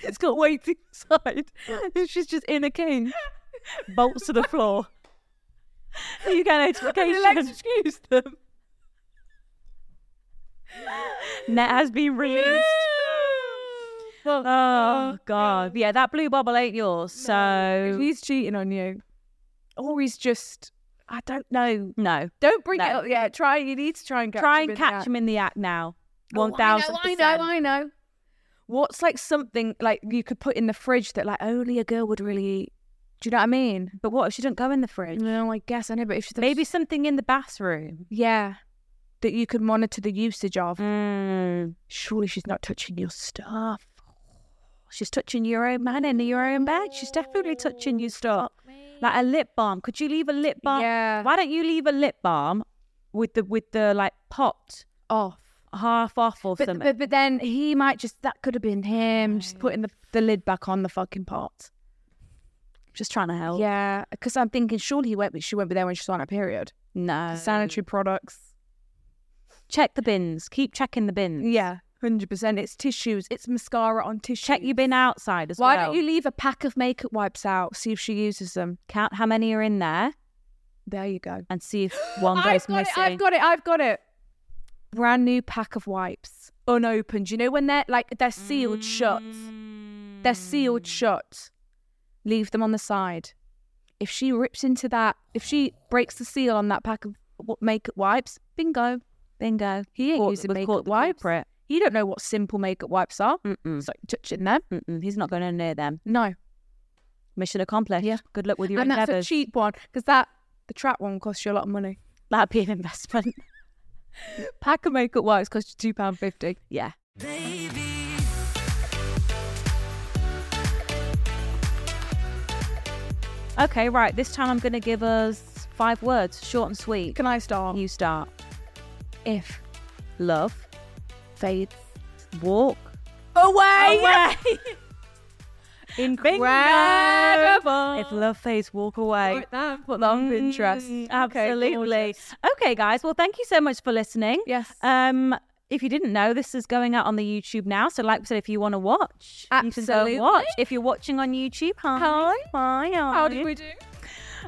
Speaker 2: It's got weight inside. <laughs> She's just in a cage.
Speaker 3: Bolts to the floor.
Speaker 2: <laughs>
Speaker 3: you get notification.
Speaker 2: excused them.
Speaker 3: Net has been
Speaker 2: <laughs>
Speaker 3: released. Oh God! Yeah, that blue bubble ain't yours. So
Speaker 2: He's cheating on you, or he's just. I don't know.
Speaker 3: no,
Speaker 2: Don't bring
Speaker 3: No.
Speaker 2: it up. Yeah, try. You need to try and catch
Speaker 3: try
Speaker 2: him
Speaker 3: and
Speaker 2: in the
Speaker 3: catch
Speaker 2: act.
Speaker 3: him in the act now.
Speaker 2: Oh, I
Speaker 3: One
Speaker 2: know,
Speaker 3: thousand
Speaker 2: I
Speaker 3: percent.
Speaker 2: know. I know. What's like something like you could put in the fridge that like only a girl would really eat? Do you know what I mean?
Speaker 3: But what if she doesn't go in the fridge?
Speaker 2: No, I guess I know, but if she
Speaker 3: Maybe something in the bathroom.
Speaker 2: yeah, that you could monitor the usage of.
Speaker 3: Mm.
Speaker 2: Surely she's not touching your stuff.
Speaker 3: She's touching your own man in your own bed. She's definitely touching your stuff. Like a lip balm. Could you leave a lip balm?
Speaker 2: Yeah.
Speaker 3: Why don't you leave a lip balm with the with the like pot
Speaker 2: Off.
Speaker 3: half off or
Speaker 2: But,
Speaker 3: something?
Speaker 2: but but then he might just that could have been him just putting the, the lid back on the fucking pot.
Speaker 3: Just trying to help.
Speaker 2: Yeah, because I'm thinking surely he won't be, she won't be there when she's on her period.
Speaker 3: No.
Speaker 2: Sanitary products.
Speaker 3: Check the bins. Keep checking the bins.
Speaker 2: Yeah, hundred percent. It's tissues. It's mascara on tissue.
Speaker 3: Check your bin outside as
Speaker 2: Why
Speaker 3: well.
Speaker 2: don't you leave a pack of makeup wipes out? See if she uses them.
Speaker 3: count how many are in there
Speaker 2: There you go.
Speaker 3: and
Speaker 2: <gasps>
Speaker 3: see if one
Speaker 2: I've
Speaker 3: goes
Speaker 2: got
Speaker 3: missing?
Speaker 2: it. I've got it. I've got it. Brand new pack of wipes, unopened. You know when they're like they're sealed shut. They're sealed shut. Leave them on the side. If she rips into that, if she breaks the seal on that pack of w- makeup wipes, bingo.
Speaker 3: Bingo.
Speaker 2: He ain't
Speaker 3: Caught-
Speaker 2: using
Speaker 3: was
Speaker 2: makeup
Speaker 3: caught the
Speaker 2: wipes.
Speaker 3: culprit.
Speaker 2: You don't know what simple makeup wipes are.
Speaker 3: Mm-mm.
Speaker 2: It's like touching them.
Speaker 3: Mm-mm. He's not going to near them.
Speaker 2: No,
Speaker 3: Mission accomplished.
Speaker 2: Yeah.
Speaker 3: Good luck with your
Speaker 2: and that's
Speaker 3: endeavors.
Speaker 2: a cheap one because that the trap one costs you a lot of money. <laughs>
Speaker 3: That'd be an investment. <laughs>
Speaker 2: Pack of makeup wipes costs you two pound fifty.
Speaker 3: yeah. Okay, right. This time I'm going to give us five words, short and sweet.
Speaker 2: Can I start?
Speaker 3: you start?
Speaker 2: if
Speaker 3: Love,
Speaker 2: fades
Speaker 3: walk,
Speaker 2: away.
Speaker 3: Incredible. If love fades, walk away.
Speaker 2: Put that on Pinterest.
Speaker 3: Mm,
Speaker 2: Okay,
Speaker 3: Absolutely.
Speaker 2: gorgeous.
Speaker 3: Okay, guys. Well, thank you so much for listening.
Speaker 2: Yes.
Speaker 3: Um, if you didn't know, this is going out on the YouTube now. So, like we said, if you want to watch, you
Speaker 2: Absolutely.
Speaker 3: can go watch. If you're watching on YouTube, hi,
Speaker 2: Hi.
Speaker 3: hi,
Speaker 2: How did we do?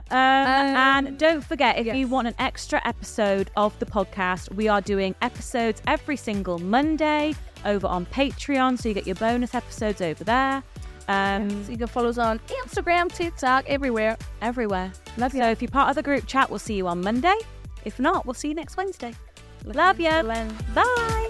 Speaker 3: Um, and don't forget, if you
Speaker 2: yes.
Speaker 3: want an extra episode of the podcast, we are doing episodes every single Monday over on Patreon. So you get your bonus episodes over there. Um,
Speaker 2: So you can follow us on Instagram, TikTok, everywhere.
Speaker 3: Everywhere. Love you. So if you're part of the group chat, we'll see you on Monday. If not, we'll see you next Wednesday. Love you. Bye.